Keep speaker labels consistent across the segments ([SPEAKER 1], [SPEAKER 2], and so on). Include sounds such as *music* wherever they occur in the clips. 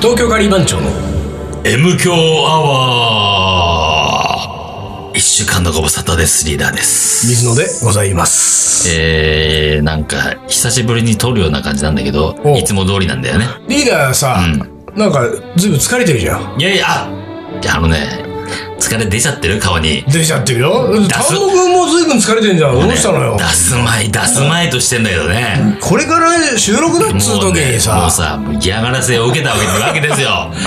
[SPEAKER 1] 東京ガリバン長の
[SPEAKER 2] M 強アワー一週間のご無沙汰です、リーダーです。
[SPEAKER 1] 水野でございます。
[SPEAKER 2] えー、なんか、久しぶりに撮るような感じなんだけど
[SPEAKER 1] お、
[SPEAKER 2] いつも通りなんだよね。
[SPEAKER 1] リーダーさ、なんかずいぶん疲れてるじゃん。
[SPEAKER 2] いやいや、あいやあのね、疲れ出ちゃってる顔に。
[SPEAKER 1] 出ちゃってるよ。
[SPEAKER 2] 出す
[SPEAKER 1] 単独君もずいぶん疲れてんじゃん。どうしたのよ
[SPEAKER 2] ね出。す前、出す前としてんだけどね。
[SPEAKER 1] これから収録だっつう
[SPEAKER 2] もう
[SPEAKER 1] 時
[SPEAKER 2] ね
[SPEAKER 1] に
[SPEAKER 2] も
[SPEAKER 1] さ
[SPEAKER 2] う、さ、もう嫌がらせを受けたわけわけですよ。 *laughs*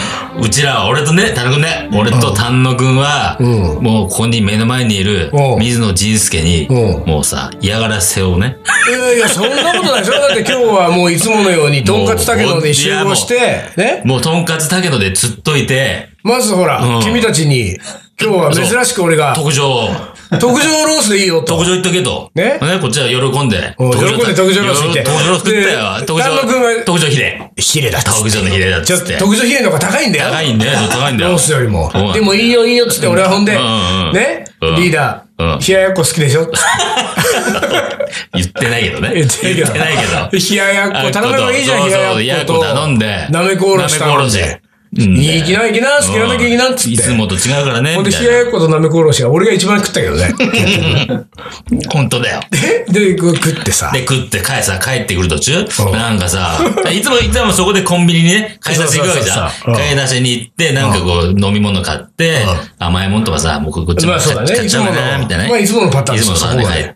[SPEAKER 2] うちらは、俺とね、田野くんね、俺と丹野くんは、
[SPEAKER 1] うん
[SPEAKER 2] もうここに目の前にいる
[SPEAKER 1] うん
[SPEAKER 2] 水野仁介に、
[SPEAKER 1] うん
[SPEAKER 2] もうさ、嫌がらせをね、
[SPEAKER 1] いやいや、そんなことない。それだって今日はもういつものように、とんかつたけので集合して、ね。
[SPEAKER 2] もうとんかつたけので釣っといて、
[SPEAKER 1] まずほら、
[SPEAKER 2] うん
[SPEAKER 1] 君たちに、今日は珍しく俺が、
[SPEAKER 2] 特上、
[SPEAKER 1] 特上ロースでいいよと
[SPEAKER 2] 特。上行っとけと。
[SPEAKER 1] ね
[SPEAKER 2] こっちは喜んで。
[SPEAKER 1] うん
[SPEAKER 2] 特上
[SPEAKER 1] 喜んで特上ロース行って
[SPEAKER 2] 特上ロース食ったよ。
[SPEAKER 1] で
[SPEAKER 2] 特上
[SPEAKER 1] 丹野くんは
[SPEAKER 2] 特上ヒレ。
[SPEAKER 1] ヒレだっつって
[SPEAKER 2] 特上のヒレだっ
[SPEAKER 1] ち
[SPEAKER 2] つ
[SPEAKER 1] ょっ
[SPEAKER 2] っ
[SPEAKER 1] と
[SPEAKER 2] て。
[SPEAKER 1] 特上ヒレの方が高いんだよ。
[SPEAKER 2] 高いんだよ、高いんだ
[SPEAKER 1] ロ
[SPEAKER 2] よ
[SPEAKER 1] ー。スよりも
[SPEAKER 2] そうなん。だ
[SPEAKER 1] でもいいよいいよっつって俺はほんで
[SPEAKER 2] うんうんう、ん
[SPEAKER 1] ね
[SPEAKER 2] うん、
[SPEAKER 1] リーダ
[SPEAKER 2] う
[SPEAKER 1] ー、
[SPEAKER 2] ん
[SPEAKER 1] 冷ややっこ好きでしょ
[SPEAKER 2] 言ってないけどね。
[SPEAKER 1] 言って
[SPEAKER 2] 言ってないけど。
[SPEAKER 1] 冷ややっこ頼めばいいじゃん、
[SPEAKER 2] そう
[SPEAKER 1] 冷
[SPEAKER 2] そう
[SPEAKER 1] ややっこと。
[SPEAKER 2] 冷ややっこ頼んで
[SPEAKER 1] なめこおろし頼ん
[SPEAKER 2] なめ
[SPEAKER 1] で
[SPEAKER 2] こ。おろしうん
[SPEAKER 1] いいきな、いきな、好きなだけいきなっつっ
[SPEAKER 2] い
[SPEAKER 1] て
[SPEAKER 2] つ。もと違うからね。
[SPEAKER 1] ほんで、
[SPEAKER 2] みたい
[SPEAKER 1] 冷
[SPEAKER 2] な
[SPEAKER 1] ややっことなめこおろしは俺が一番食ったけどね。
[SPEAKER 2] 本当だよ。
[SPEAKER 1] で、こう食ってさ
[SPEAKER 2] で、。食って、帰さ、帰ってくる途中、なんかさ、いつも、いつもそこでコンビニにね、買い出し行くわけじゃん
[SPEAKER 1] そうそうそうそううん。
[SPEAKER 2] 買い出しに行って、なんかこう、飲み物買って、甘いもんとかさ、もうこっちも
[SPEAKER 1] まあそうだね
[SPEAKER 2] 買っちゃうか
[SPEAKER 1] いつも
[SPEAKER 2] な、
[SPEAKER 1] の
[SPEAKER 2] みたいなね。
[SPEAKER 1] まあいつものパターン
[SPEAKER 2] い
[SPEAKER 1] です
[SPEAKER 2] つも
[SPEAKER 1] よ
[SPEAKER 2] のさ、ね、
[SPEAKER 1] そこは
[SPEAKER 2] 帰
[SPEAKER 1] ね
[SPEAKER 2] っ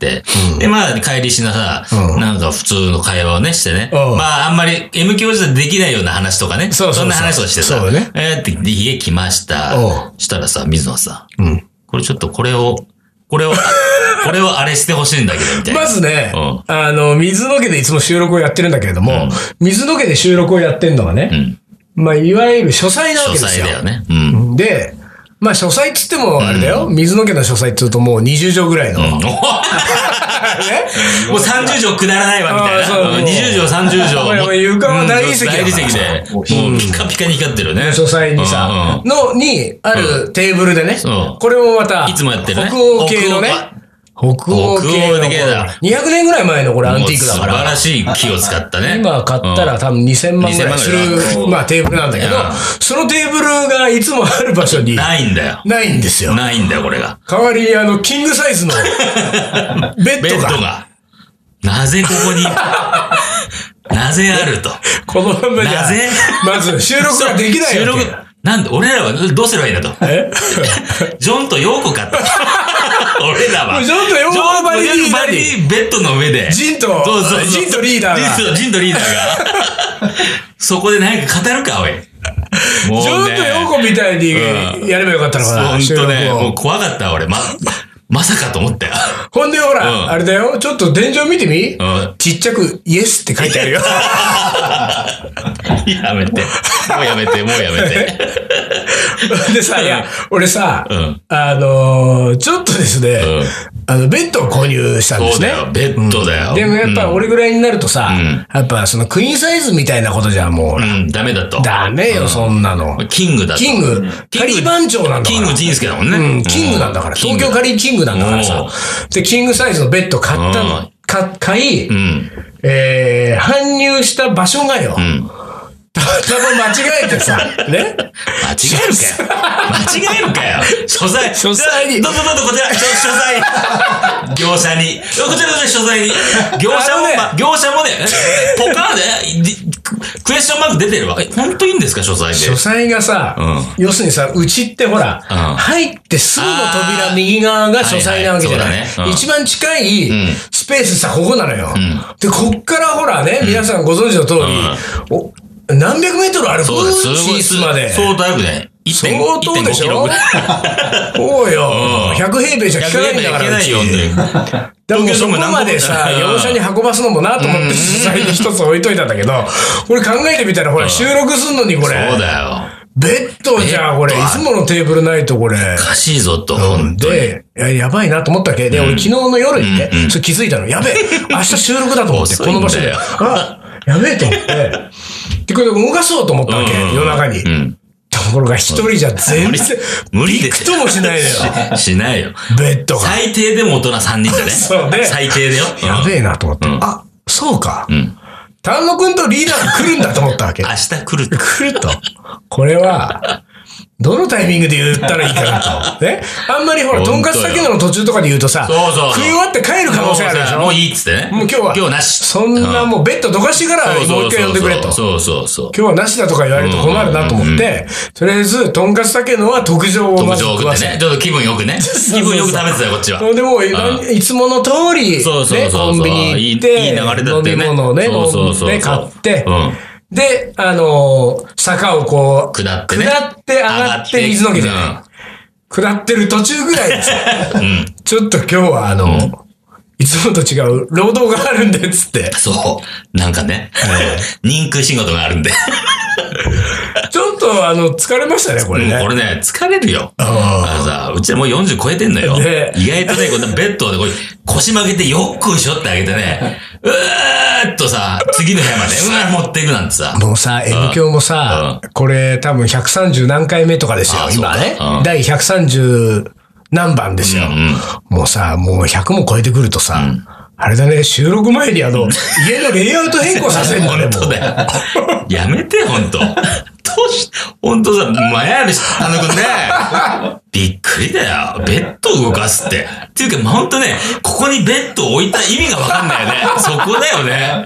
[SPEAKER 2] て。で、まあ、帰りしなさ、
[SPEAKER 1] うん
[SPEAKER 2] なんか普通の会話をね、してね。
[SPEAKER 1] うん
[SPEAKER 2] まあ、あんまり M 教授でできないような話とかね。
[SPEAKER 1] そうそうそうん
[SPEAKER 2] な話をしてさ。
[SPEAKER 1] そうだね
[SPEAKER 2] えーって、で家来ました
[SPEAKER 1] おう。
[SPEAKER 2] したらさ、水野さ、
[SPEAKER 1] うん
[SPEAKER 2] これちょっとこれを、
[SPEAKER 1] *laughs*
[SPEAKER 2] これを、これをあれしてほしいんだけど、みたいな。
[SPEAKER 1] まずね
[SPEAKER 2] うん、
[SPEAKER 1] あの、水の家でいつも収録をやってるんだけれども、水の家で収録をやってんのが
[SPEAKER 2] う
[SPEAKER 1] ね、
[SPEAKER 2] ん。
[SPEAKER 1] まあ、いわゆる書斎なわけ
[SPEAKER 2] 書
[SPEAKER 1] ですよ
[SPEAKER 2] 斎だ。よね。うん。
[SPEAKER 1] で、まあ書斎っつってもあれだよ、水の家の書斎っつうともう20畳ぐらいの。
[SPEAKER 2] うん
[SPEAKER 1] *laughs*
[SPEAKER 2] *laughs*
[SPEAKER 1] ね
[SPEAKER 2] もう30畳くだらないわ、みたい
[SPEAKER 1] あーそう
[SPEAKER 2] な。うん20畳、
[SPEAKER 1] *laughs*
[SPEAKER 2] 30
[SPEAKER 1] これ
[SPEAKER 2] 畳。
[SPEAKER 1] もう床は大理石だから
[SPEAKER 2] 大理石で。もうピカピカに光ってるね。
[SPEAKER 1] 書斎にさ、
[SPEAKER 2] うん
[SPEAKER 1] の、に、あるテーブルでね
[SPEAKER 2] そう、
[SPEAKER 1] これもまた、
[SPEAKER 2] いつもやってるね
[SPEAKER 1] 北欧系のね、北欧系の
[SPEAKER 2] 北欧系だ、
[SPEAKER 1] 200年ぐらい前のこれア
[SPEAKER 2] うん
[SPEAKER 1] ン
[SPEAKER 2] もう
[SPEAKER 1] ティークだ
[SPEAKER 2] 素
[SPEAKER 1] か
[SPEAKER 2] 晴
[SPEAKER 1] ら、
[SPEAKER 2] らしい木を使ったね。
[SPEAKER 1] 今買ったら多分2000万ぐらいす
[SPEAKER 2] 2000万ぐらいだ
[SPEAKER 1] る、まあテーブルなんだけど
[SPEAKER 2] うん、
[SPEAKER 1] そのテーブルがいつもある場所
[SPEAKER 2] うん
[SPEAKER 1] に
[SPEAKER 2] ないんだよ。
[SPEAKER 1] ないんですよ。
[SPEAKER 2] ないんだよ、これが。
[SPEAKER 1] 代わりにあの、キングサイ
[SPEAKER 2] *laughs*
[SPEAKER 1] ズのベ
[SPEAKER 2] ベ
[SPEAKER 1] ッ
[SPEAKER 2] ッ
[SPEAKER 1] ドが、
[SPEAKER 2] ドが。なぜこ
[SPEAKER 1] *laughs*
[SPEAKER 2] こに、なぜあると。
[SPEAKER 1] このまんまじゃ
[SPEAKER 2] なぜ、
[SPEAKER 1] まず収録ができない
[SPEAKER 2] 収
[SPEAKER 1] わ
[SPEAKER 2] 録
[SPEAKER 1] け。、
[SPEAKER 2] なんで、俺らはどうすればいいんだと。
[SPEAKER 1] *laughs* え
[SPEAKER 2] ジョンとヨーコ
[SPEAKER 1] *laughs*
[SPEAKER 2] かと。俺らは。
[SPEAKER 1] ジョンとヨーコバリに
[SPEAKER 2] ジョンとヨーコバリにベッドの上で。
[SPEAKER 1] ジンと
[SPEAKER 2] そうそうそう
[SPEAKER 1] ジンとリーダーが
[SPEAKER 2] ジンとジンとリーダー
[SPEAKER 1] *laughs*
[SPEAKER 2] が。そこで何か語るか、おい。も
[SPEAKER 1] ジョンとヨーコみたい
[SPEAKER 2] うん
[SPEAKER 1] にやればよかったのかな、
[SPEAKER 2] ほん
[SPEAKER 1] 収
[SPEAKER 2] と
[SPEAKER 1] 録
[SPEAKER 2] ね、
[SPEAKER 1] を
[SPEAKER 2] もう怖かった、俺。ま、まさかと思ったよ。 *laughs*
[SPEAKER 1] ほんでほら、
[SPEAKER 2] うん
[SPEAKER 1] あれだよ、ちょっと天井見てみ、
[SPEAKER 2] ん
[SPEAKER 1] ちっちゃくイエスって書いてあ
[SPEAKER 2] *laughs*
[SPEAKER 1] るよ。
[SPEAKER 2] やめて。もうやめて、もうやめて。
[SPEAKER 1] でさ、いや、俺さ、
[SPEAKER 2] うん
[SPEAKER 1] あのーちょっとですね、
[SPEAKER 2] うん
[SPEAKER 1] あの、ベッドを購入したんで
[SPEAKER 2] そう
[SPEAKER 1] すね
[SPEAKER 2] だ。よ、ベッドだよ。
[SPEAKER 1] でもやっぱ俺ぐらいになるとさ、
[SPEAKER 2] ん
[SPEAKER 1] やっぱそのクイーンサイズみたいなことじゃもうほ
[SPEAKER 2] う
[SPEAKER 1] ら、
[SPEAKER 2] ん、うん、ダメだと。
[SPEAKER 1] ダメよ、そんなの。
[SPEAKER 2] キングだと。
[SPEAKER 1] キング、
[SPEAKER 2] キン
[SPEAKER 1] カ
[SPEAKER 2] グ
[SPEAKER 1] リ番長なんだから。
[SPEAKER 2] キング仁介だもんね。
[SPEAKER 1] うん、キングなんだから。
[SPEAKER 2] キン
[SPEAKER 1] 東
[SPEAKER 2] グ
[SPEAKER 1] 京カリーキングなんだからさ
[SPEAKER 2] お。
[SPEAKER 1] で、キングサイズのベッド買った
[SPEAKER 2] う
[SPEAKER 1] の
[SPEAKER 2] ん。
[SPEAKER 1] か買い、
[SPEAKER 2] うん。
[SPEAKER 1] えー、搬入した場所がよ、
[SPEAKER 2] ん
[SPEAKER 1] たたま間違えて
[SPEAKER 2] *laughs*
[SPEAKER 1] さ、ね
[SPEAKER 2] 間違えるかよ。間違える
[SPEAKER 1] *laughs*
[SPEAKER 2] かよ。所在。
[SPEAKER 1] 書斎に
[SPEAKER 2] どうぞどうぞ、こちら、所所在。業者に。こちら、こちら、所在に。業者も、
[SPEAKER 1] あのね
[SPEAKER 2] ま業者もね、ポカーで、でククエスチョンマーク出てるわ。え、本当いいんですか、所在
[SPEAKER 1] *laughs*
[SPEAKER 2] で。
[SPEAKER 1] 書斎がさ、
[SPEAKER 2] う
[SPEAKER 1] 要するにさ、うちってほら、
[SPEAKER 2] うん
[SPEAKER 1] 入ってすぐの
[SPEAKER 2] あ
[SPEAKER 1] 扉
[SPEAKER 2] ー
[SPEAKER 1] 右側が書斎なわけじゃない。
[SPEAKER 2] はいはいそうだねうん
[SPEAKER 1] 一番近い
[SPEAKER 2] ん
[SPEAKER 1] スペースさ、ここなのよ。
[SPEAKER 2] ん
[SPEAKER 1] で、こっからほらね、皆さんご存知の通り、お何百メートル歩く
[SPEAKER 2] そうだ、すご
[SPEAKER 1] 寝
[SPEAKER 2] い。
[SPEAKER 1] 室まで。
[SPEAKER 2] そうだよね。
[SPEAKER 1] 相
[SPEAKER 2] 1.5
[SPEAKER 1] 当でし
[SPEAKER 2] キロ
[SPEAKER 1] ょ *laughs*
[SPEAKER 2] ぐらい。
[SPEAKER 1] そうよ。100平米じゃ効
[SPEAKER 2] 100
[SPEAKER 1] かないんだ
[SPEAKER 2] 円
[SPEAKER 1] か
[SPEAKER 2] いけ
[SPEAKER 1] ら。う
[SPEAKER 2] ない
[SPEAKER 1] ち
[SPEAKER 2] よ、本当に
[SPEAKER 1] でもそこまでさ、
[SPEAKER 2] 東京ドーム何個
[SPEAKER 1] 業
[SPEAKER 2] 分
[SPEAKER 1] 者に運ばすのもなと思って、取材に一つ置いといたんだけど、これ考えてみたら、ほら、収録すんのにこれ、
[SPEAKER 2] そうだよ。
[SPEAKER 1] ベッドじゃ、これ、い
[SPEAKER 2] ベッドあ
[SPEAKER 1] つものテーブルないとこれ、
[SPEAKER 2] おかしいぞ、と、本当に。
[SPEAKER 1] で、いややばいなと思ったわけで、俺昨日の夜にね、それ気づいたの。や
[SPEAKER 2] *laughs*
[SPEAKER 1] べえ、明日収録だと思って、
[SPEAKER 2] 遅
[SPEAKER 1] こ
[SPEAKER 2] いんだよ
[SPEAKER 1] の場所で。あ、やべえと思って、で、これ動かそうと思ったわけ、
[SPEAKER 2] うんうんうん
[SPEAKER 1] 夜中に
[SPEAKER 2] う。ん。
[SPEAKER 1] ところが一人じゃ全
[SPEAKER 2] 無理
[SPEAKER 1] 然、
[SPEAKER 2] 無理で
[SPEAKER 1] くともしないのよ。
[SPEAKER 2] ししないよ。
[SPEAKER 1] ベッドが。
[SPEAKER 2] 最低でも大人3人だね。
[SPEAKER 1] そうね
[SPEAKER 2] 最低だよ。
[SPEAKER 1] やべえなと思って。
[SPEAKER 2] うん
[SPEAKER 1] あ、そうか。
[SPEAKER 2] ん
[SPEAKER 1] 丹野くんとリーダーが来るんだと思ったわけ。
[SPEAKER 2] 明日 *laughs* 来ると。
[SPEAKER 1] 来ると。これは、どのタイミングで言ったらいいかな
[SPEAKER 2] *laughs*
[SPEAKER 1] と。ね。あんまりほら、とんかつだけの途中とかで言うとさ、
[SPEAKER 2] そうそう
[SPEAKER 1] 食い終わって帰る可能性あるでしょ
[SPEAKER 2] もういいっつってね。
[SPEAKER 1] もう今日は、
[SPEAKER 2] 今日なし。
[SPEAKER 1] そんなもうベッドどかしてからもう一回呼んでくれと。
[SPEAKER 2] そうそうそう。
[SPEAKER 1] 今日はなしだとか言われると困るなと思って、とりあえず、とんかつだけのは特上をま
[SPEAKER 2] 特
[SPEAKER 1] ず
[SPEAKER 2] 上
[SPEAKER 1] 食
[SPEAKER 2] 送っ
[SPEAKER 1] わ
[SPEAKER 2] て
[SPEAKER 1] せて。
[SPEAKER 2] ね。ちょっと気分よくね。
[SPEAKER 1] うそう
[SPEAKER 2] 気分よく食べてたよ、こっちは。
[SPEAKER 1] でもう、いつもの通り、ね、
[SPEAKER 2] そうそうそうそう
[SPEAKER 1] コンビニ行っ
[SPEAKER 2] いいいい
[SPEAKER 1] て、
[SPEAKER 2] 流れ
[SPEAKER 1] 飲
[SPEAKER 2] だった
[SPEAKER 1] み
[SPEAKER 2] よね
[SPEAKER 1] 物をね、
[SPEAKER 2] そうそうそうそう
[SPEAKER 1] ね買って
[SPEAKER 2] う、
[SPEAKER 1] で、あのー坂をこう、
[SPEAKER 2] 下ってね
[SPEAKER 1] 下って上がって水の木で、下ってる途中ぐらいです。
[SPEAKER 2] うん。うん。
[SPEAKER 1] *laughs* ちょっと今日はあのーいつもと違う労働があるんで、つって。
[SPEAKER 2] そう。なんかね。人空仕事があるんで。
[SPEAKER 1] ちょっとあの、疲れましたね、これ
[SPEAKER 2] もうこ
[SPEAKER 1] ね。
[SPEAKER 2] れね、疲れるよ。あのさ、うちらもう40超えてんのよ。
[SPEAKER 1] ね
[SPEAKER 2] 意外とね、こんなベッドでこう腰曲げてよっこいしょってあげてね、うーっとさ、次の部屋まで、うわ持っていくなんてさ。
[SPEAKER 1] もうさ、M 響もさ、これ多分130何回目とかですよ
[SPEAKER 2] あ、そう
[SPEAKER 1] 今
[SPEAKER 2] か
[SPEAKER 1] ね
[SPEAKER 2] う。ん
[SPEAKER 1] 第130何番ですよ。もうさ、もう100も超えてくるとさ、あれだね、収録前にあの、家のレイアウト変更させんのね、
[SPEAKER 2] *laughs* 本
[SPEAKER 1] も
[SPEAKER 2] 当
[SPEAKER 1] う。
[SPEAKER 2] だよ。 *laughs* やめて、本当。どうし、本当さ、前やるし、あの子ね、びっくりだよ。ベッド動かすって。っていうか、本当ね、ここにベッド置いた意味がわかんないよね。そこだよね。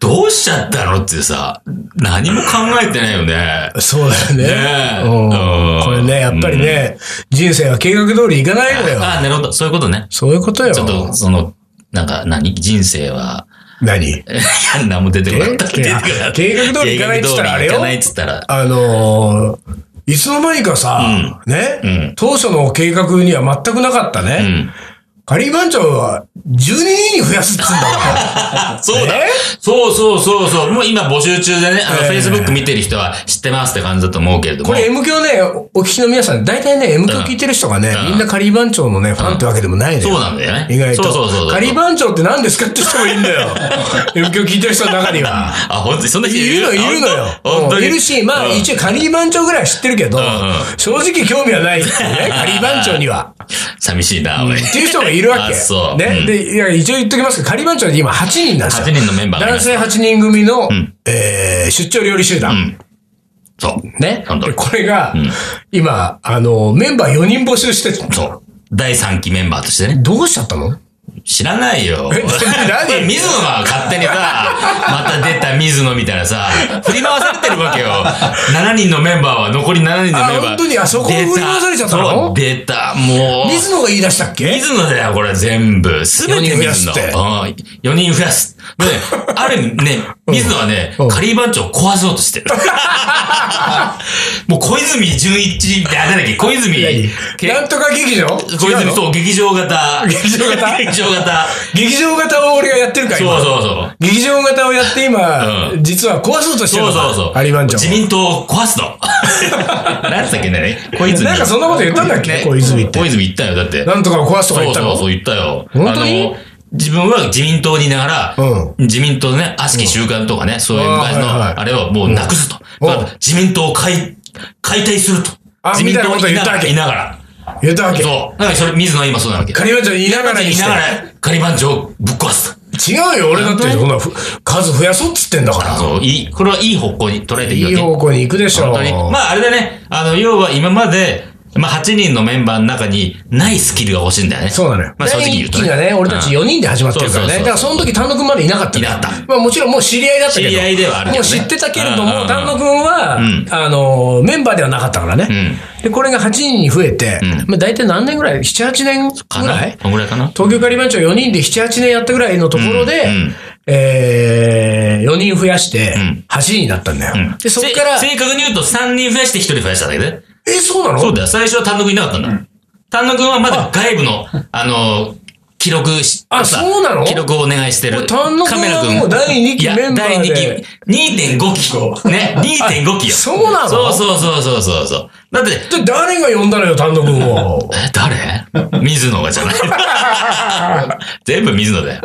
[SPEAKER 2] どうしちゃったのってさ、何も考えてないよね。
[SPEAKER 1] そうだよね。
[SPEAKER 2] ねえ
[SPEAKER 1] うん
[SPEAKER 2] うん
[SPEAKER 1] これね、やっぱりね、人生は計画通りいかないのよ。
[SPEAKER 2] *laughs* ああ、なるほど。そういうことね。
[SPEAKER 1] そういうことよ
[SPEAKER 2] ちょ。っと、その、なんか何、人生は、 *laughs*
[SPEAKER 1] 何
[SPEAKER 2] いや何も出てこなかった。
[SPEAKER 1] え
[SPEAKER 2] 出てこなかった
[SPEAKER 1] 計画通りいかないっつったらあれよ
[SPEAKER 2] 計画通りいかないっつったら、
[SPEAKER 1] あのーいつの間にかさ、ね、
[SPEAKER 2] うん
[SPEAKER 1] 当初の計画には全くなかったね。
[SPEAKER 2] うん。
[SPEAKER 1] カリー番長は12人に増やすっつうんだか
[SPEAKER 2] *laughs* あそうだ
[SPEAKER 1] え。
[SPEAKER 2] そうそうそうそう。もう今募集中でね、あの、
[SPEAKER 1] ええ
[SPEAKER 2] Facebook 見てる人は知ってますって感じだと思うけれど
[SPEAKER 1] ら。
[SPEAKER 2] も。
[SPEAKER 1] これ M 教ね、お聞きの皆さん、大体ね、M 教聞いてる人がね、
[SPEAKER 2] うん
[SPEAKER 1] みんなカリー番長のね、ファンってわけでもないのよ。
[SPEAKER 2] そうなんだよね。
[SPEAKER 1] 意外と。
[SPEAKER 2] そうそうそうそう。
[SPEAKER 1] カリー番長って何ですかって人もいるんだ
[SPEAKER 2] *laughs*
[SPEAKER 1] よ。M 教聞いてる人の中には。
[SPEAKER 2] あ、本当にそんな人
[SPEAKER 1] いるの、いるのよ。
[SPEAKER 2] 本当
[SPEAKER 1] うん
[SPEAKER 2] に。
[SPEAKER 1] いるし、まあ、
[SPEAKER 2] うん
[SPEAKER 1] 一応、カリー番長ぐらいは知ってるけど、
[SPEAKER 2] んうん
[SPEAKER 1] 正直興味はないっていう
[SPEAKER 2] *laughs*
[SPEAKER 1] ね、カリー番長には。
[SPEAKER 2] 寂しいな、俺。
[SPEAKER 1] っていう人がいるわ
[SPEAKER 2] *laughs* あ
[SPEAKER 1] け。
[SPEAKER 2] そう
[SPEAKER 1] ね。
[SPEAKER 2] うん
[SPEAKER 1] で、いや、一応言っときますけど、仮番長で今8人なんですよ。
[SPEAKER 2] 8人のメンバーがいま
[SPEAKER 1] 男
[SPEAKER 2] す
[SPEAKER 1] 性8人組の、えー出張料理集団。
[SPEAKER 2] そう。
[SPEAKER 1] ね。
[SPEAKER 2] なんだ
[SPEAKER 1] で
[SPEAKER 2] ろう
[SPEAKER 1] これが、今、あの、メンバー4人募集してる
[SPEAKER 2] そう。第3期メンバーとしてね。
[SPEAKER 1] どうしちゃったの
[SPEAKER 2] 知らないよ。
[SPEAKER 1] え何
[SPEAKER 2] *laughs* これ水野が勝手に
[SPEAKER 1] *laughs*
[SPEAKER 2] さ、また出た水野みたいなさ、振り回されてるわけよ。7人のメンバーは、残り7人のメンバー。
[SPEAKER 1] あ本当にあそこ振り回されちゃったの
[SPEAKER 2] 出たそう出た、もう。
[SPEAKER 1] 水野が言い出したっけ
[SPEAKER 2] 水野だよ、これ全部。すべて
[SPEAKER 1] 四人増や
[SPEAKER 2] 水
[SPEAKER 1] す
[SPEAKER 2] 野。
[SPEAKER 1] って
[SPEAKER 2] 4人増
[SPEAKER 1] *laughs*
[SPEAKER 2] やす。で、ある意味ね、水野はね
[SPEAKER 1] うん、
[SPEAKER 2] カリー番長を壊そう
[SPEAKER 1] *laughs*
[SPEAKER 2] としてる。もう小泉純一、あ、なんだっけ、小泉、け
[SPEAKER 1] なんとか劇場
[SPEAKER 2] 小
[SPEAKER 1] 違う
[SPEAKER 2] 泉、
[SPEAKER 1] の
[SPEAKER 2] そう、劇場型。
[SPEAKER 1] 劇場型
[SPEAKER 2] 劇場型。
[SPEAKER 1] 劇場型を俺がやってるから、
[SPEAKER 2] そう
[SPEAKER 1] 今。
[SPEAKER 2] そうそう。
[SPEAKER 1] 劇場型をやって今、
[SPEAKER 2] う
[SPEAKER 1] 実は壊そうとしてる
[SPEAKER 2] そう
[SPEAKER 1] のか
[SPEAKER 2] そうそう。
[SPEAKER 1] 仮番長。
[SPEAKER 2] 自民党を壊
[SPEAKER 1] *laughs*
[SPEAKER 2] すの。何だっけね、小泉。
[SPEAKER 1] なんかそんなこと言ったんだっけ
[SPEAKER 2] ね
[SPEAKER 1] 小泉って
[SPEAKER 2] 小泉言ったよ、だって。
[SPEAKER 1] なんとかを壊すとか
[SPEAKER 2] そ
[SPEAKER 1] 言っ
[SPEAKER 2] う
[SPEAKER 1] た
[SPEAKER 2] そ
[SPEAKER 1] の
[SPEAKER 2] うそう、言ったよ。
[SPEAKER 1] 本当に
[SPEAKER 2] あの自分は自民党にいながら、
[SPEAKER 1] う
[SPEAKER 2] 自民党のね、悪しき習慣とかね、そういう昔
[SPEAKER 1] あーはい
[SPEAKER 2] の、
[SPEAKER 1] はい
[SPEAKER 2] あれをもうなくすと。
[SPEAKER 1] うん
[SPEAKER 2] だから自民党を解解体すると。
[SPEAKER 1] あ
[SPEAKER 2] 自民党
[SPEAKER 1] みたいなこと言ったわけ
[SPEAKER 2] いながら。
[SPEAKER 1] 言ったわけ。
[SPEAKER 2] そう。だからそれ、水野は今そうなわけ。
[SPEAKER 1] 仮番長言いながらに
[SPEAKER 2] い
[SPEAKER 1] して
[SPEAKER 2] な。がら、仮番長をぶっ壊すと。
[SPEAKER 1] 違うよ、俺だって、そんなふ、数増やそうっつってんだから。
[SPEAKER 2] そう、いい、これはいい方向に捉えていいわ
[SPEAKER 1] い
[SPEAKER 2] け。
[SPEAKER 1] い方向に行くでしょ
[SPEAKER 2] 本当に。
[SPEAKER 1] う。
[SPEAKER 2] まあ、あれだね。あの、要は今まで、まあ、8人のメンバーの中にないスキルが欲しいんだよね。
[SPEAKER 1] そうなのよ。
[SPEAKER 2] まあ、正直言うと
[SPEAKER 1] 第一期がね、俺たち4人で始まってるからね。
[SPEAKER 2] うんそうそうそ
[SPEAKER 1] だ
[SPEAKER 2] う
[SPEAKER 1] からその時丹野くんまでいなかったの。
[SPEAKER 2] いなかった
[SPEAKER 1] まあもちろんもう知り合いだったけど。
[SPEAKER 2] 知り合いではあるけ
[SPEAKER 1] も
[SPEAKER 2] ど
[SPEAKER 1] う
[SPEAKER 2] ね
[SPEAKER 1] 知ってたけれど
[SPEAKER 2] うんうんう
[SPEAKER 1] も、
[SPEAKER 2] ん
[SPEAKER 1] 丹野くんは
[SPEAKER 2] ん、
[SPEAKER 1] あの、メンバーではなかったからね。で、これが8人に増えて、まあ大体何年ぐらい ?7、8年
[SPEAKER 2] か
[SPEAKER 1] ぐ
[SPEAKER 2] な
[SPEAKER 1] らい
[SPEAKER 2] こんぐらいかな
[SPEAKER 1] 東京カリバン長4人で7、8年やったぐらいのところで、
[SPEAKER 2] うんうん
[SPEAKER 1] えー、4人増やして
[SPEAKER 2] ん、
[SPEAKER 1] 8人になったんだよ。
[SPEAKER 2] うん
[SPEAKER 1] で、そっから、
[SPEAKER 2] せ正確に言うと3人増やして1人増やしたんだけどね。
[SPEAKER 1] え、そうなの
[SPEAKER 2] そうだよ。最初は単独いなかったんだ。単独はまだ外部の、あのー、記録し、
[SPEAKER 1] あ
[SPEAKER 2] さ
[SPEAKER 1] そうなの
[SPEAKER 2] 記録をお願いして
[SPEAKER 1] これ
[SPEAKER 2] る。
[SPEAKER 1] 単独は
[SPEAKER 2] カメラ君
[SPEAKER 1] もう第二期
[SPEAKER 2] いや
[SPEAKER 1] メンバーで
[SPEAKER 2] 第2期、2.5期。ね、2.5期よ。
[SPEAKER 1] そうなの
[SPEAKER 2] そうそうそうそうそうそう。だって、
[SPEAKER 1] で誰が呼んだのよ、丹野くんを。
[SPEAKER 2] え、誰水野がじゃない。
[SPEAKER 1] *laughs*
[SPEAKER 2] 全部水野だよ。